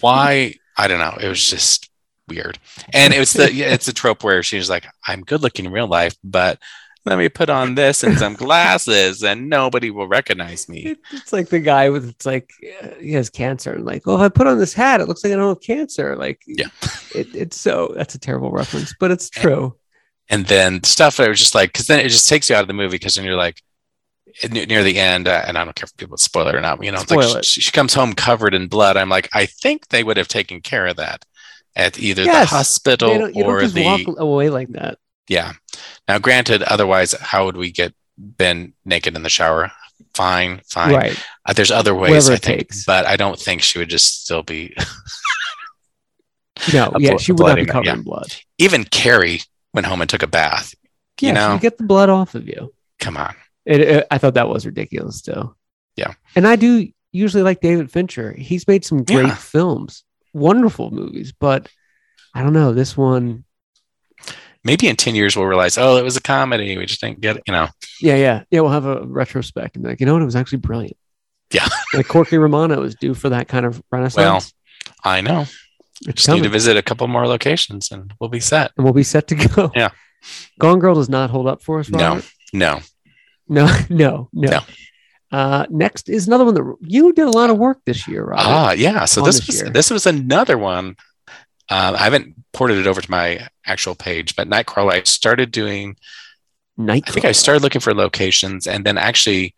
S1: why? I don't know. It was just weird. And it was the yeah, it's a trope where she's like, I'm good looking in real life, but let me put on this and some glasses, and nobody will recognize me.
S2: It- It's like the guy with it's like uh, he has cancer and like, well, if I put on this hat, it looks like I don't have cancer. Like,
S1: Yeah.
S2: it, it's so that's a terrible reference,
S1: (laughs)
S2: but it's true.
S1: and then stuff that was just like because then it just takes you out of the movie because then you're like eh, ne- near the end uh, and i don't care if people spoil it or not you know it's
S2: Spoil
S1: like
S2: it.
S1: she, she comes home covered in blood i'm like i think they would have taken care of that at either
S2: Yes.
S1: the
S2: They
S1: hospital
S2: don't- you
S1: or
S2: don't just
S1: the
S2: walk away like that.
S1: yeah now granted otherwise how would we get ben naked in the shower fine fine
S2: Right.
S1: Uh, there's other ways
S2: Whatever
S1: i
S2: it
S1: think
S2: takes.
S1: but i don't think she would just still be (laughs)
S2: No,
S1: A
S2: yeah,
S1: blo-
S2: she
S1: a
S2: would not
S1: bloody
S2: be
S1: man,
S2: covered
S1: yeah.
S2: in blood.
S1: even carrie went home and took a bath you
S2: Yeah,
S1: know
S2: she'd get the blood off of you.
S1: come on
S2: It, it- I thought that was ridiculous too.
S1: Yeah.
S2: And I do usually like David Fincher. He's made some great
S1: Yeah.
S2: films, wonderful movies, but I don't know. This one,
S1: maybe in 10 years we'll realize oh it was a comedy we just didn't get it you know
S2: yeah, yeah. Yeah, we'll have a retrospect and be like, you know what? It was actually brilliant.
S1: Yeah.
S2: (laughs) like Corky Romano is due for that kind of renaissance.
S1: i know
S2: it's
S1: just need to
S2: coming.
S1: visit a couple more locations and we'll be set
S2: and we'll be set to go.
S1: Yeah.
S2: Gone Girl does not hold up for us.
S1: No.
S2: Robert.
S1: no
S2: No, (laughs) no, no. Uh, next is another one that you did a lot of work this year, Robert.
S1: ah yeah so
S2: On
S1: this
S2: this
S1: was
S2: year.
S1: this was another one um, i haven't ported it over to my actual page but nightcrawler i started doing
S2: Night.
S1: i think i started looking for locations and then actually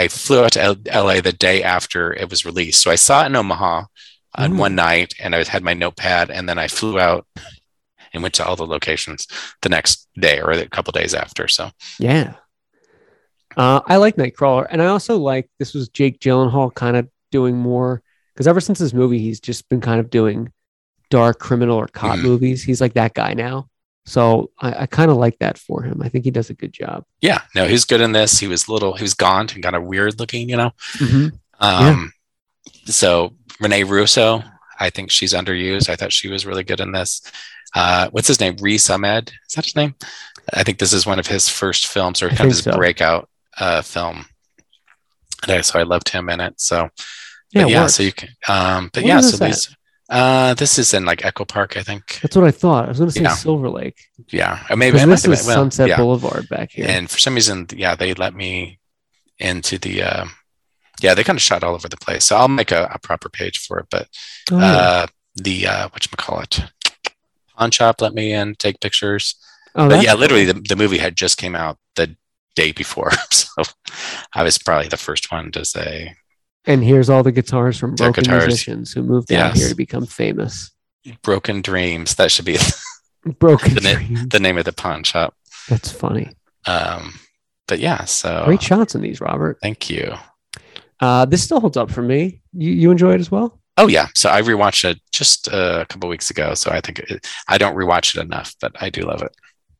S1: i flew out to L- la the day after it was released so i saw it in omaha on
S2: Ooh.
S1: one night and i had my notepad and then i flew out and went to all the locations the next day or a couple days after so
S2: Yeah. Uh, I like Nightcrawler. And I also like this was Jake Gyllenhaal kind of doing more because ever since this movie, he's just been kind of doing dark criminal or cop
S1: Mhm.
S2: movies. He's like that guy now. So I, I kind of like that for him. I think he does a good job.
S1: Yeah, no, he's good in this. He was little, he was gaunt and kind of weird looking, you know. Um, so Renee Russo, I think she's underused. I thought she was really good in this. Uh, what's his name? Reese Ahmed, is that his name? I think this is one of his first films or
S2: I
S1: kind of
S2: think
S1: his
S2: so.
S1: breakout uh, film. And I, so I loved him in it. So, but
S2: Yeah, it
S1: yeah,
S2: works.
S1: so you can, um, but
S2: Where
S1: yeah,
S2: is
S1: so
S2: this at?
S1: these, uh, this is in like Echo Park, I think.
S2: That's what I thought. I was going to say
S1: Yeah.
S2: Silver Lake.
S1: Yeah, or maybe
S2: Because
S1: it
S2: this
S1: must have
S2: is
S1: been- well,
S2: Sunset
S1: yeah.
S2: Boulevard back here.
S1: And for some reason, yeah, they let me into the. Uh, yeah, they kind of shot all over the place. So I'll make a, a proper page for it. But
S2: Oh, yeah.
S1: uh, the uh, what call it, pawn shop let me in, take pictures.
S2: Oh,
S1: but
S2: that's
S1: yeah,
S2: cool.
S1: literally, the, the movie had just came out the day before, (laughs) so I was probably the first one to say,
S2: And here's all the guitars from
S1: Their
S2: broken
S1: guitars.
S2: musicians who moved out
S1: Yes.
S2: here to become famous.
S1: "Broken Dreams." That should be (laughs)
S2: Broken
S1: The na-
S2: Dream.
S1: the name of the pawn shop.
S2: That's funny.
S1: Um, but yeah, so
S2: Great shots in these, Robert.
S1: thank you.
S2: Uh, this still holds up for me. You, you enjoy it as well?
S1: Oh yeah, so I rewatched it just uh, a couple weeks ago. So I think it, I don't rewatch it enough, but I do love it.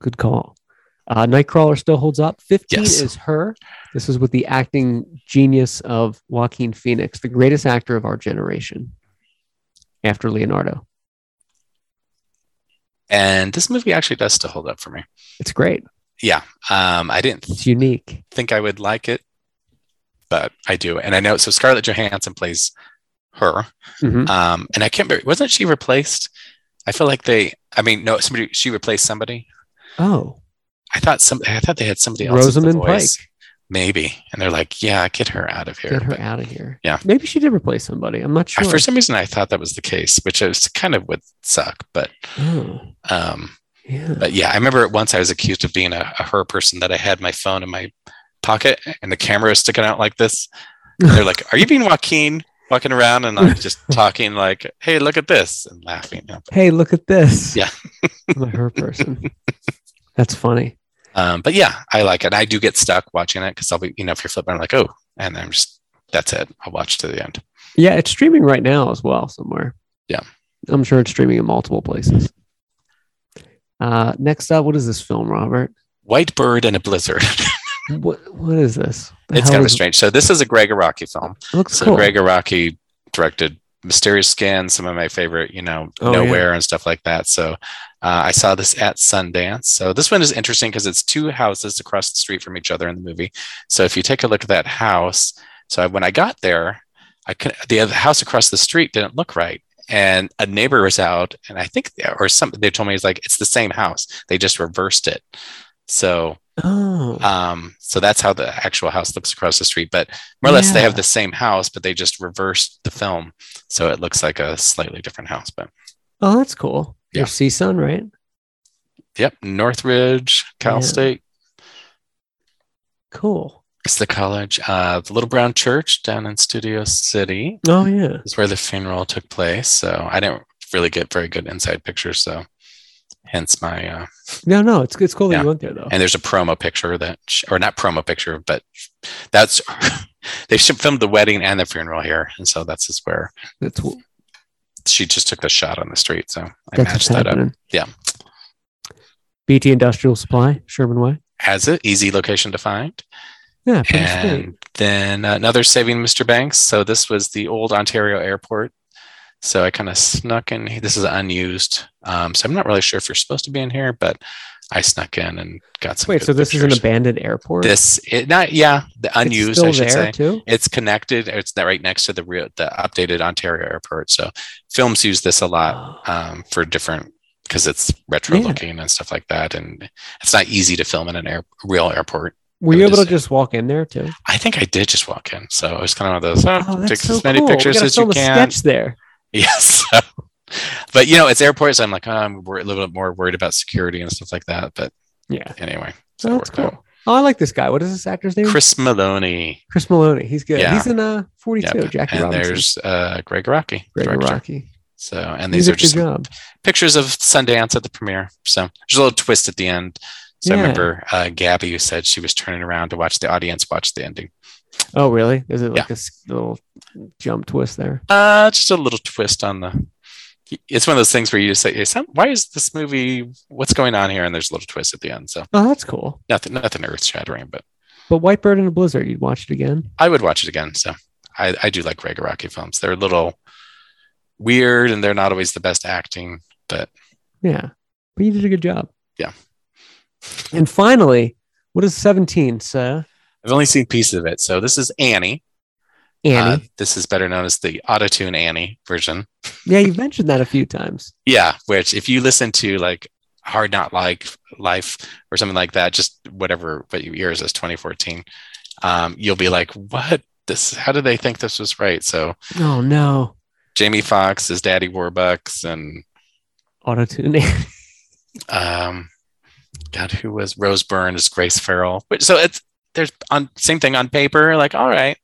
S2: Good call. Uh, Nightcrawler still holds up. 15
S1: Yes.
S2: is her. This is with the acting genius of Joaquin Phoenix, the greatest actor of our generation after Leonardo.
S1: And this movie actually does still hold up for me.
S2: It's great.
S1: Yeah, um, I didn't
S2: It's unique.
S1: think I would like it, but I do. And I know so Scarlett Johansson plays her,
S2: Mhm.
S1: um, and I can't remember. Wasn't she replaced? I feel like they. I mean, no, somebody. She replaced somebody.
S2: Oh,
S1: I thought some. I thought they had somebody else. as the
S2: Rosamund Pike.
S1: voice, maybe. And they're like, yeah, get her out of here.
S2: Get her
S1: But
S2: out of here.
S1: Yeah.
S2: Maybe she did replace somebody. I'm not
S1: I-
S2: sure.
S1: for some reason, I thought that was the case, which is kind of would suck, but.
S2: oh,
S1: Um,
S2: yeah.
S1: but yeah, I remember once I was accused of being a, a her person that I had my phone in my pocket and the camera was sticking out like this. And they're like, "Are you being Joaquin?" walking around and I'm just talking like, "Hey, look at this," and laughing.
S2: Hey, look at this.
S1: Yeah.
S2: (laughs) I'm a her person. That's funny.
S1: Um, but yeah, I like it. I do get stuck watching it because I'll be, you know, if you're flipping, I'm like, "Oh," and I'm just, that's it. I'll watch to the end.
S2: Yeah, it's streaming right now as well somewhere.
S1: Yeah.
S2: I'm sure it's streaming in multiple places. Uh, next up, what is this film, Robert?
S1: White Bird and a Blizzard. (laughs)
S2: What what is this? The
S1: it's
S2: hell
S1: kind of
S2: is-
S1: strange. So this is a Greg Araki film.
S2: It looks
S1: So
S2: cool.
S1: Greg Araki directed Mysterious Skin, some of my favorite, you know,
S2: Oh, yeah.
S1: Nowhere and stuff like that. So uh, I saw this at Sundance. So this one is interesting because it's two houses across the street from each other in the movie. So if you take a look at that house, so I, when I got there, I could, the other house across the street didn't look right. And a neighbor was out, and I think, or something, they told me it's like it's the same house. They just reversed it. So
S2: oh,
S1: um, so that's how the actual house looks across the street. But more or less, they have the same house, but they just reversed the film, so it looks like a slightly different house. But
S2: oh, that's cool.
S1: yeah.
S2: Your CSUN, right?
S1: yep, Northridge, Cal
S2: Yeah.
S1: State,
S2: Cool.
S1: it's the college, uh, the Little Brown Church down in Studio City
S2: Oh yeah.
S1: is where the funeral took place. So I didn't really get very good inside pictures. So hence my uh,
S2: No, no, it's it's cool that
S1: Yeah.
S2: you went there though.
S1: and there's a promo picture that sh- or not promo picture, but that's (laughs) they should filmed the wedding and the funeral here, and so that's just where.
S2: That's wh-
S1: she just took the shot on the street. So I
S2: that's what's
S1: matched that up.
S2: happening.
S1: Yeah.
S2: BT Industrial Supply, Sherman Way.
S1: Has it easy location to find?
S2: Yeah, pretty sweet.
S1: And then another saving Mr. Banks. So this was the old Ontario airport. So I kind of snuck in. This is unused. Um, so I'm not really sure if you're supposed to be in here, but I snuck in and got some.
S2: Wait,
S1: good
S2: so this is an
S1: pictures.
S2: abandoned airport?
S1: This it, not yeah the
S2: It's
S1: unused
S2: still
S1: I should
S2: there
S1: say.
S2: too.
S1: It's connected. It's right next to the real the updated Ontario airport. So films use this a lot um, for different because it's retro
S2: Yeah.
S1: looking and stuff like that, and it's not easy to film in an air, real airport.
S2: Were
S1: I'm
S2: you able
S1: just
S2: to just walk in there too?
S1: I think I did just walk in, so it was kind of one of those oh,
S2: Oh,
S1: take
S2: that's so
S1: as many
S2: cool.
S1: pictures
S2: we gotta
S1: as you
S2: film a
S1: can.
S2: sketch there.
S1: (laughs) Yes, (laughs) but you know it's airports. I'm like oh, I'm wor- a little bit more worried about security and stuff like that. But
S2: Yeah,
S1: anyway, so
S2: so
S1: it
S2: that's
S1: worked
S2: cool.
S1: out.
S2: Oh, I like this guy. What is this actor's name?
S1: Chris Maloney,
S2: Chris Maloney. He's good.
S1: Yeah.
S2: He's in uh 42.
S1: Yep.
S2: Jackie
S1: and
S2: Robinson.
S1: there's uh, Greg Rocky,
S2: Greg
S1: director.
S2: Rocky.
S1: So and
S2: He
S1: these
S2: did
S1: are
S2: a good
S1: just
S2: job.
S1: pictures of Sundance at the premiere. So there's a little twist at the end. So I
S2: Yeah.
S1: remember uh, Gabby who said she was turning around to watch the audience watch the ending.
S2: Oh, really? Is it
S1: Yeah.
S2: like this little jump twist there?
S1: Uh, just a little twist on the. It's one of those things where you just say, "Hey, some- "Why is this movie? What's going on here?" And there's a little twist at the end. So
S2: Oh, that's cool.
S1: nothing, nothing earth shattering, but
S2: But White Bird and a Blizzard, you'd watch it again.
S1: I would watch it again. So I, I do like Greg Araki films. They're a little weird, and they're not always the best acting.
S2: Yeah. But you did a good job.
S1: Yeah.
S2: And finally, what is 17, sir?
S1: I've only seen pieces of it. So this is Annie.
S2: Annie.
S1: Uh, this is better known as the Autotune Annie version.
S2: yeah, you mentioned that a few times.
S1: Yeah, which if you listen to like Hard Not Like Life or something like that, just whatever what your ears is 2014, um, you'll be like, what? This? How did they think this was right? So
S2: Oh, no.
S1: Jamie Foxx is Daddy Warbucks, and
S2: Auto (laughs) tune.
S1: um, God, who was Rose Byrne is Grace Farrell. Which so it's there's on same thing on paper. Like, all right,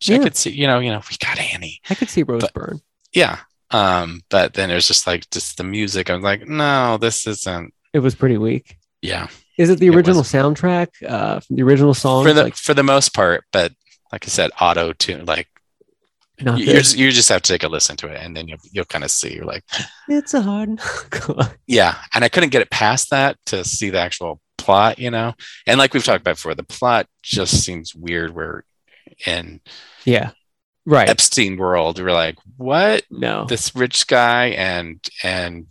S1: so I
S2: Yeah.
S1: could see, you know, you know, we got Annie.
S2: I could see Rose
S1: But-
S2: Byrne.
S1: yeah um but then it was just like just the music i was like no this isn't
S2: It was pretty weak.
S1: yeah
S2: Is it the
S1: It
S2: original
S1: was-
S2: soundtrack? Uh, from the original song?
S1: for the
S2: like,
S1: for the most part but like i said auto tune like
S2: not
S1: you,
S2: good?
S1: you're just, you just have to take a listen to it and then you'll, you'll kind of see you're like
S2: It's a hard (laughs) knock.
S1: yeah and i couldn't get it past that to see the actual plot you know and like we've talked about before the plot just seems weird where in
S2: yeah. Right.
S1: epstein world we're like what
S2: no.
S1: this rich guy and and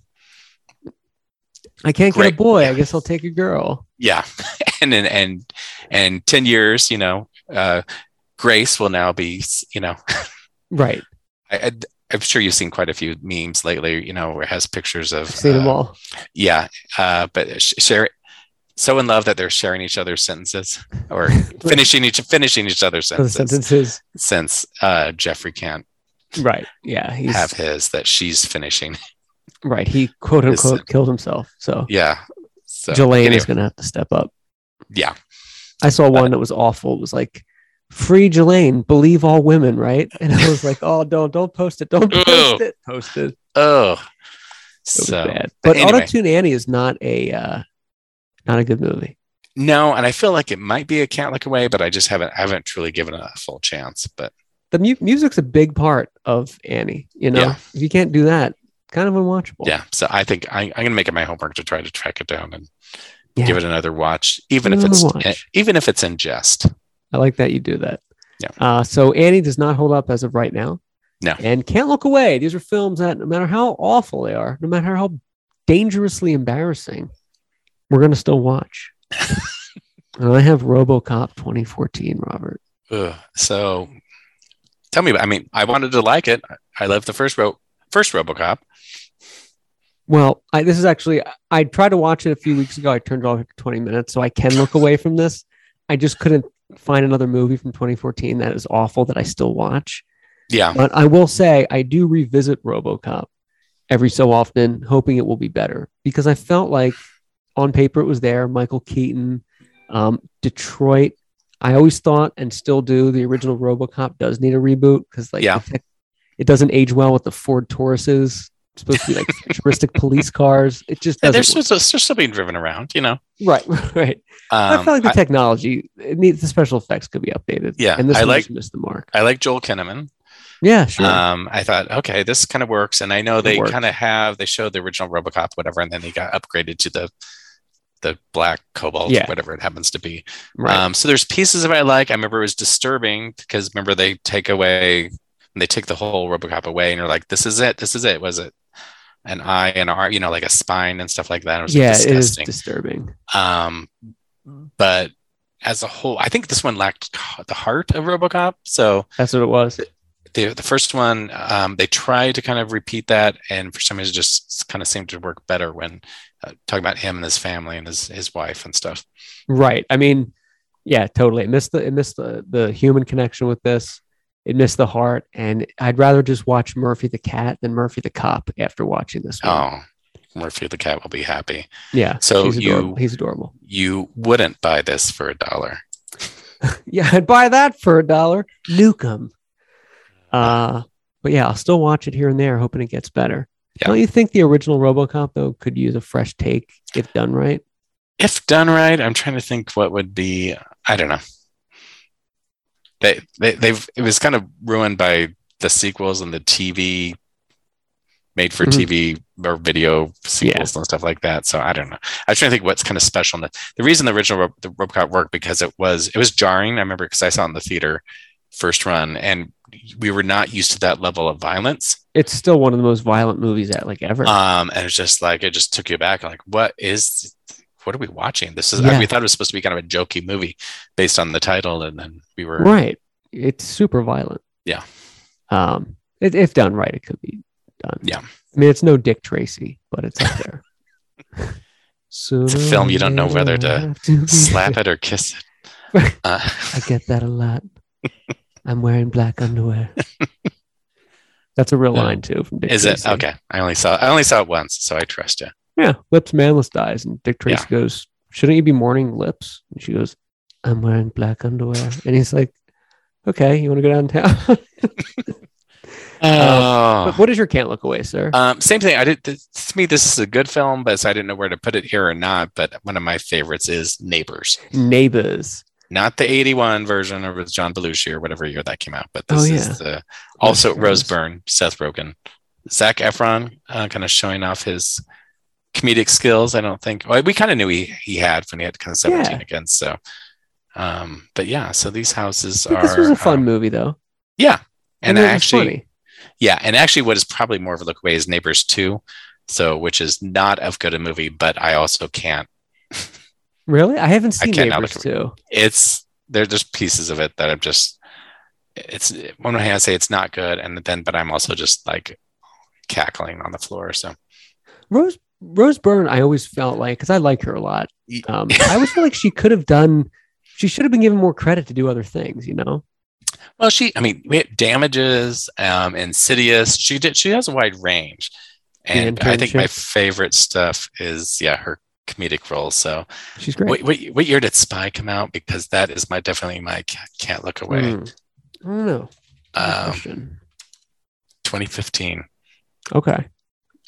S2: I can't
S1: great-
S2: get a boy.
S1: yeah.
S2: I guess I'll take a girl.
S1: yeah (laughs) and and and and 10 years you know uh grace will now be you know
S2: Right.
S1: I, I i'm sure you've seen quite a few memes lately you know where it has pictures of
S2: See them
S1: uh,
S2: all.
S1: yeah uh but sh- share so in love that they're sharing each other's sentences or
S2: (laughs)
S1: finishing each finishing each other's
S2: So the
S1: sentences
S2: sentences.
S1: since uh jeffrey can't
S2: Right. Yeah. He's
S1: have his that she's finishing (laughs)
S2: right. He quote
S1: his
S2: unquote
S1: son.
S2: killed himself. So,
S1: yeah so
S2: Jelaine
S1: anyway,
S2: is going to have to step up.
S1: yeah
S2: I saw one that was awful. It was like free Jelaine, believe all women, right? (laughs) And I was like, oh, don't, don't post it, don't post it, post it.
S1: Oh,
S2: It was
S1: so
S2: bad.
S1: but
S2: But
S1: anyway.
S2: Auto Tune Annie is not a uh, not a good movie.
S1: no, and I feel like it might be a cat like away, but I just haven't haven't truly given it a full chance. But
S2: The mu- music's a big part of Annie. You know,
S1: Yeah.
S2: if you can't do that, kind of unwatchable.
S1: yeah, so I think I, I'm gonna make it my homework to try to track it down and
S2: Yeah.
S1: give it another watch, even if
S2: Another
S1: it's eh,
S2: watch.
S1: even if it's in jest.
S2: I like that you do that.
S1: Yeah.
S2: Uh, so Annie does not hold up as of right now.
S1: No.
S2: And can't look away. These are films that, no matter how awful they are, no matter how dangerously embarrassing, we're gonna still
S1: (laughs)
S2: watch. and I have RoboCop 2014, Robert.
S1: Ugh. So tell me, about- I mean, I wanted to like it. I love the first ro- first RoboCop.
S2: Well, I, this is actually I tried to watch it a few weeks ago. I turned it off after 20 minutes, so I can look away from this. I just couldn't find another movie from 2014 that is awful that I still watch.
S1: Yeah,
S2: But I will say I do revisit RoboCop every so often, hoping it will be better because I felt like on paper it was there. Michael Keaton, um, Detroit. I always thought and still do the original RoboCop does need a reboot because like
S1: Yeah.
S2: the tech- it doesn't age well with the Ford Tauruses. It's supposed to be like (laughs) futuristic police cars. It just
S1: and
S2: doesn't.
S1: they're
S2: work.
S1: still, they're still being driven around, you know.
S2: right, (laughs) right. I
S1: Um,
S2: felt like the
S1: I,
S2: technology it needs the special effects could be updated.
S1: Yeah,
S2: and this
S1: I
S2: one
S1: like-
S2: just missed the mark.
S1: I like Joel Kinnaman.
S2: Yeah, sure.
S1: Um, I thought, okay, this kind of works, and I know they
S2: works.
S1: kind of have. They showed the original RoboCop, whatever, and then he got upgraded to the the black cobalt,
S2: Yeah.
S1: whatever it happens to be.
S2: right.
S1: Um, so there's pieces of it I like. I remember it was disturbing because remember they take away, they take the whole RoboCop away, and you're like, this is it, this is it. Was it an eye and arm, you know, like a spine and stuff like that? It was
S2: yeah, it is
S1: disgusting.
S2: disturbing.
S1: um, but as a whole, I think this one lacked the heart of RoboCop. So
S2: That's what it was.
S1: the the first one um, they tried to kind of repeat that and for some reason it just kind of seemed to work better when uh, talking about him and his family and his his wife and stuff
S2: Right. I mean, yeah, totally. It missed the it missed the, the human connection with this. It missed the heart. And I'd rather just watch Murphy the cat than Murphy the cop after watching this one.
S1: oh murphy the cat will be happy
S2: yeah.
S1: so
S2: he's
S1: you-
S2: adorable. he's adorable.
S1: you wouldn't buy this for a dollar
S2: Yeah, I'd buy that for a dollar. Nuke 'em. Uh but yeah, I'll still watch it here and there, hoping it gets better.
S1: Yeah.
S2: Don't you think the original RoboCop though could use a fresh take if done right?
S1: if done right i'm trying to think what would be i don't know they, they they've it was kind of ruined by the sequels and the tv made for
S2: Mhm.
S1: tv or video sequels and stuff like that so i don't know i was trying to think what's kind of special in the, the reason the original Rob- the robocop worked because it was it was jarring i remember because i saw it in the theater first run and we were not used to that level of violence
S2: It's still one of the most violent movies that like ever.
S1: um, and it's just like it just took you back. Like, what is? What are we watching? This is.
S2: Yeah.
S1: we thought it was supposed to be kind of a jokey movie based on the title, and then we were.
S2: (laughs) Right. It's super violent.
S1: Yeah.
S2: Um, if, if done right, it could be done.
S1: Yeah.
S2: I mean, it's no Dick Tracy, but it's
S1: (laughs)
S2: up there. (laughs) so
S1: It's a film you don't know whether to Slap it or kiss
S2: (laughs)
S1: it. Uh,
S2: I get that a lot. I'm wearing black underwear. That's a real
S1: Yeah.
S2: line too from Dick.
S1: is it
S2: Tracy.
S1: okay? I only saw. I only saw it once, so I trust you.
S2: Yeah. Lips manless dies, and Dick Tracy
S1: Yeah.
S2: goes, "Shouldn't you be mourning lips?" And she goes, "I'm wearing black underwear," and he's like, "Okay, you want to go downtown?" (laughs)
S1: Oh.
S2: Uh, But what is your can't look away, sir?
S1: Um, same thing. I did. th- To me, this is a good film, but so I didn't know where to put it here or not. But one of my favorites is Neighbors,
S2: Neighbors.
S1: not the '81 version or with John Belushi or whatever year that came out. But this
S2: Oh, yeah.
S1: is the also
S2: Yes, it
S1: Rose
S2: is.
S1: Byrne, Seth Rogen, Zach Efron, uh, kind of showing off his comedic skills. I don't think well, we kind of knew he he had when he had kind of seventeen
S2: Yeah.
S1: again. So, um, but yeah, so these houses
S2: But
S1: are
S2: this was a fun
S1: um,
S2: movie, though.
S1: yeah, and,
S2: it was
S1: actually,
S2: funny.
S1: yeah, and actually, what is probably more of a look away is Neighbors Two, so which is not as good a movie, but I also can't.
S2: really, I haven't seen
S1: cannot
S2: Neighbors
S1: look
S2: too.
S1: It's there. There's pieces of it that I'm just. It's on one hand I say it's not good, and then but I'm also just like cackling on the floor. So
S2: Rose Rose Byrne, I always felt like because I like her a lot.
S1: Ye- (laughs)
S2: Um, I always feel like she could have done. She should have been given more credit to do other things. You know,
S1: Well, she, I mean, we had damages, um, insidious. She did. She has a wide range,
S2: The
S1: and I think my
S2: internship.
S1: favorite stuff is yeah her comedic roles. So
S2: She's great.
S1: what, what what year did Spy come out? Because that is my definitely my ca- can't look away.
S2: Hmm. I don't know. Good
S1: Um,
S2: question.
S1: 2015.
S2: Okay.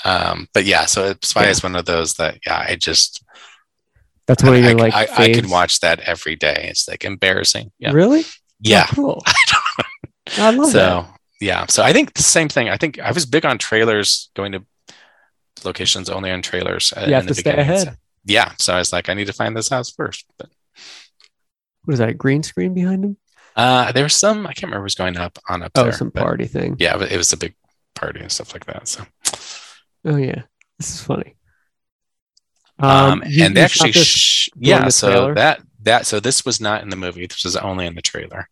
S1: Um, but yeah, so Spy
S2: Yeah.
S1: is one of those that yeah, I just
S2: That's one
S1: I,
S2: of your
S1: I,
S2: like
S1: I, I could
S2: faves?
S1: watch that every day. It's like embarrassing. Yeah,
S2: Really?
S1: yeah. (laughs)
S2: Oh, cool. I love that.
S1: so yeah so i think the same thing i think i was big on trailers going to locations only on trailers uh,
S2: You have
S1: in the
S2: to stay
S1: beginning. So-
S2: ahead.
S1: yeah so i was like i need to find this house first but
S2: What is that? A green screen behind him?
S1: uh there was some i can't remember what was going up on up
S2: Oh,
S1: there
S2: some
S1: but
S2: party thing.
S1: yeah it was- it was a big party and stuff like that so
S2: Oh yeah, this is funny.
S1: um,
S2: you-
S1: and they
S2: you
S1: actually
S2: shot this-
S1: sh- yeah
S2: the
S1: so
S2: trailer?
S1: that that so this was not in the movie this was only in the trailer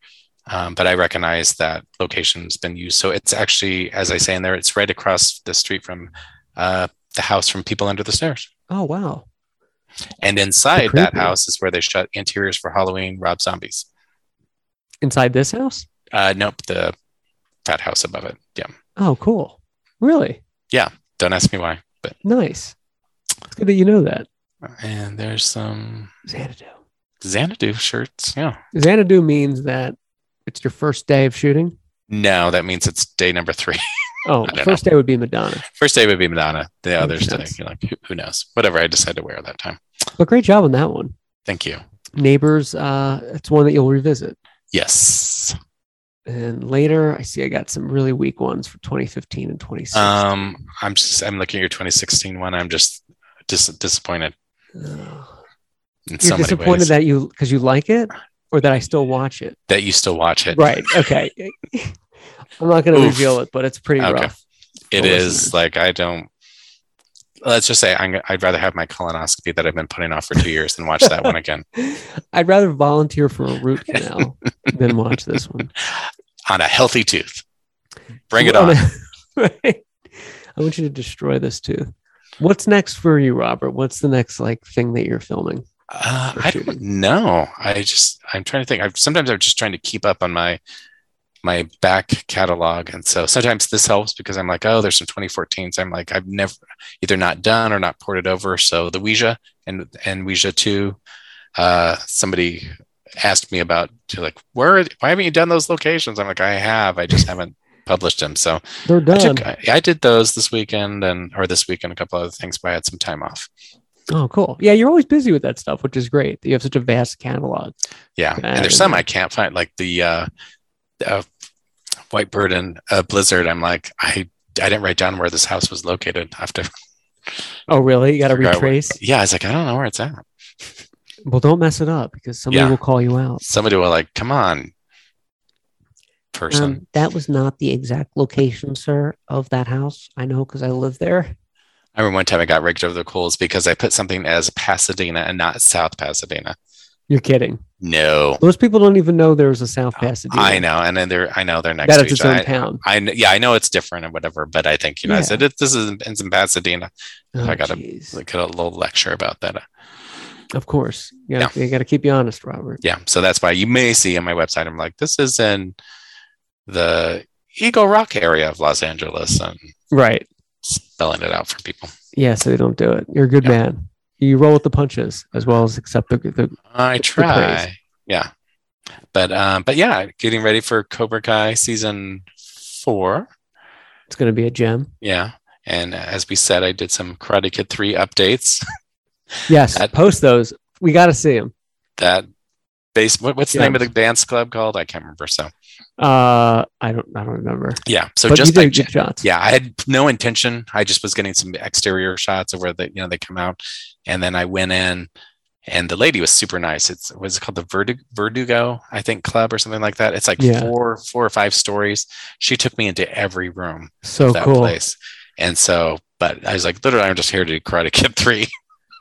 S1: um, but i recognize that location has been used so it's actually as i say in there it's right across the street from uh, the house from people under the stairs
S2: oh wow,
S1: And inside that
S2: creepy.
S1: house is where they shot interiors for Halloween Rob Zombies.
S2: inside this house?
S1: Uh, nope, the fat house above it. Yeah.
S2: Oh cool, really
S1: Don't ask me why. But
S2: nice. It's good that you know that.
S1: and there's some
S2: Xanadu.
S1: Xanadu shirts. Yeah.
S2: Xanadu means that it's your first day of shooting.
S1: No, that means it's day number three.
S2: Oh,
S1: I don't
S2: first day would be Madonna.
S1: First day would be Madonna. The other
S2: Makes
S1: day,
S2: sense.
S1: you're like, who, who knows? Whatever I decide to wear that time.
S2: But great job on that one.
S1: Thank you.
S2: Neighbors, uh, it's one that you'll revisit.
S1: Yes.
S2: And later, I see I got some really weak ones for 2015 and 2016.
S1: Um, I'm just I'm looking at your 2016 one. I'm just dis- disappointed
S2: Ugh.
S1: in so
S2: You're
S1: many
S2: disappointed
S1: ways that-,
S2: that you because you like it, or that I still watch it.
S1: you still watch it.
S2: Right. Okay. (laughs) I'm not going to
S1: Oof.
S2: reveal it, but it's pretty
S1: Okay.
S2: rough.
S1: It
S2: for
S1: is
S2: listeners.
S1: like I don't. Let's just say I'm, I'd rather have my colonoscopy that I've been putting off for two years than watch (laughs) that one again
S2: I'd rather volunteer for a root canal than watch this one.
S1: on a healthy tooth. Bring it
S2: Well,
S1: on.
S2: (laughs) right. I want you to destroy this tooth. What's next for you, Robert? What's the next like thing that you're filming?
S1: Uh,
S2: for
S1: I don't know. I just I'm trying to think. I've, sometimes I'm just trying to keep up on my my back catalog, and so sometimes this helps because I'm like, oh, there's some 2014s. I'm like, I've never either not done or not ported over. So the Ouija and and Ouija two. Uh, somebody asked me about to like where why haven't you done those locations? I'm like, I have. I just haven't published them. So
S2: They're
S1: I,
S2: done.
S1: took, I, I did those this weekend and or this weekend a couple other things, but I had some time off.
S2: oh, cool. Yeah, you're always busy with that stuff, which is great. that You have such a vast catalog.
S1: Yeah,
S2: Yeah,
S1: and there's
S2: I
S1: some
S2: know.
S1: I can't find, like the uh, uh, White Bird and uh, Blizzard. I'm like, I I didn't write down where this house was located. I have to,
S2: Oh, really? You got to
S1: Forgot what-
S2: retrace.
S1: yeah. I was like, I don't know where it's at.
S2: Well, don't mess it up because somebody
S1: Yeah.
S2: will call you out.
S1: Somebody will like, come on, person.
S6: Um, that was not the exact location, sir, of that house. I know because I live there.
S1: I remember one time I got raked over the coals because I put something as Pasadena and not South Pasadena.
S2: You're kidding.
S1: No,
S2: Most people don't even know there's a South Pasadena.
S1: Oh, I know, and then they're I know they're next
S2: That
S1: to
S2: it's
S1: each
S2: its own
S1: other. I-
S2: town.
S1: I, kn- yeah, I know it's different and whatever, but I think you know, I
S2: Yeah.
S1: said it, this is in, it's in Pasadena.
S2: Oh,
S1: I gotta-
S2: jeez.
S1: Like a little lecture about that.
S2: of course. Yeah, you got to keep you honest, Robert.
S1: yeah so that's why you may see on my website i'm like this is in the eagle rock area of los angeles and
S2: Right.
S1: spelling it out for people
S2: Yeah, so they don't do it. You're a good
S1: Yeah.
S2: man. You roll with the punches as well as accept the, the
S1: i
S2: It's the praise.
S1: try yeah but um but yeah getting ready for cobra kai season four
S2: it's going to be a gem.
S1: yeah and as we said i did some karate kid 3 updates
S2: Yes,
S1: That-
S2: post those. We got to see them.
S1: that base what, what's the
S2: Yeah.
S1: name of the dance club called i can't remember so
S2: Uh, I don't I don't remember.
S1: yeah so
S2: but
S1: just
S2: you
S1: by
S2: did good shots.
S1: yeah i had no intention i just was getting some exterior shots of where they you know they come out and then i went in and the lady was super nice it's was it called the Verdu- verdugo i think club or something like that it's like
S2: Yeah.
S1: four four or five stories she took me into every room
S2: So
S1: of that
S2: cool. I-
S1: place and so but i was like literally i'm just here to do karate kid 3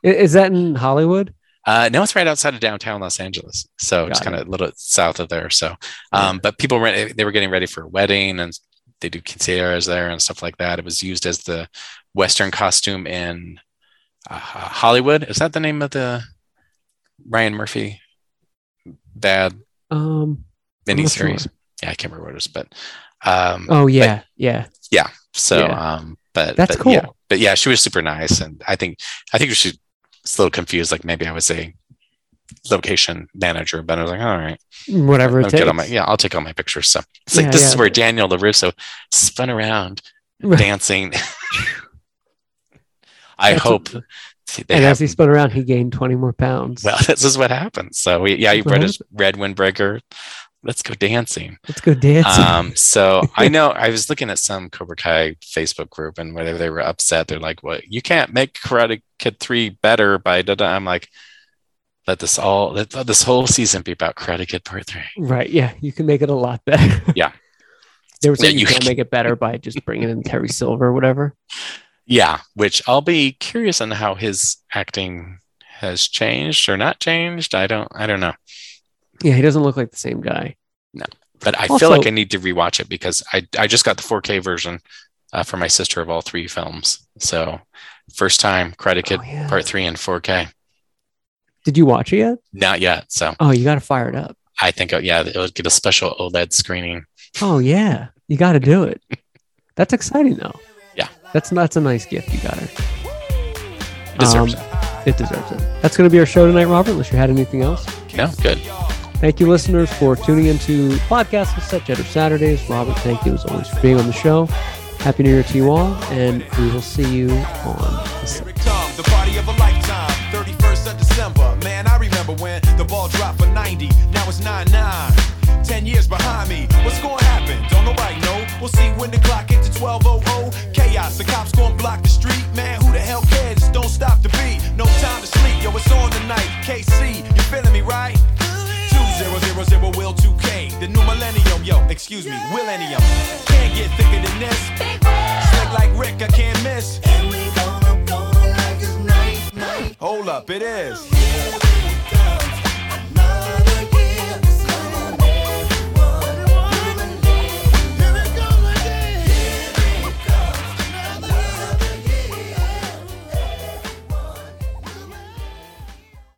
S2: Is that in Hollywood?
S1: (laughs) uh, no, it's right outside of downtown Los Angeles, so
S2: Got
S1: just kind
S2: it.
S1: of a little south of there. So, um, but people re- they were getting ready for a wedding, and they do quinceañeras there and stuff like that. It was used as the Western costume in uh, Hollywood. Is that the name of the Ryan Murphy bad
S2: Um. I'm not sure.
S1: miniseries? Yeah, I can't remember what it is, but um,
S2: Oh yeah, yeah.
S1: so,
S2: Yeah.
S1: um, but
S2: That's
S1: but yeah.
S2: cool.
S1: But yeah, she was super nice, and I think I think we should was a little confused. Like maybe I was a location manager, but I was like, all right,
S2: Whatever it
S1: I'll get
S2: takes.
S1: all my, yeah, I'll take all my pictures. So it's like
S6: Yeah,
S1: this
S6: yeah.
S1: is where Daniel LaRusso spun around
S2: Right. (laughs)
S1: dancing. I
S2: That's a-
S1: hope they
S2: and
S1: have
S2: as he spun around, he gained 20 more
S1: (laughs)
S2: pounds.
S1: well, this is what happens. So we, yeah, you
S2: That's what
S1: read his red windbreaker. Let's go dancing.
S2: Let's go dancing.
S1: Um,
S2: (laughs)
S1: so I know I was looking at some Cobra Kai Facebook group and whether they were upset, they're like, "What? You can't make Karate Kid three better by da da." I'm like, let this all let, let this whole season be about Karate Kid part three.
S2: right. Yeah. You can make it a lot better. (laughs)
S1: Yeah.
S2: They were saying
S1: Yeah,
S2: you
S1: you
S2: can't make it better by just bringing in Terry Silver or whatever.
S1: Yeah, which I'll be curious on how his acting has changed or not changed. I don't I don't know.
S2: Yeah. He doesn't look like the same guy.
S1: but I
S2: Also-
S1: feel like I need to rewatch it because I I just got the 4K version uh, for my sister of all three films. So first time Karate Kid
S2: Oh, yeah.
S1: Part Three in 4K.
S2: Did you watch it yet?
S1: Not yet. So
S2: Oh, you got to fire it up.
S1: I think oh, yeah, it'll get a special OLED screening.
S2: Oh yeah, you got to do it. That's exciting though.
S1: Yeah.
S2: that's that's a nice gift you got her. Um,
S1: It deserves
S2: it. It deserves it. That's going to be our show tonight, Robert. Unless you had anything else.
S1: it. No, good.
S2: Thank you, listeners, for tuning into podcasts with Set Jetter Saturdays. Robert, thank you as always for being on the show. Happy New Year to you all, and we will see you on the set.
S7: Here it come, the party of a lifetime. 31st of December, man, I remember when the ball dropped for 90. Now it's 99. 10 years behind me. What's gonna happen? Don't nobody know. We'll see when the clock hits the 1200. Chaos, the cops gonna block the street. Man, who the hell cares? Just don't stop the beat. No time to sleep. Yo, it's on tonight. KC, you feeling me, right? 2000 Will 2K. The new millennium, yo, excuse me, millennium. Can't get thicker than this. Slick like Rick, I can't miss. Hold up, it is.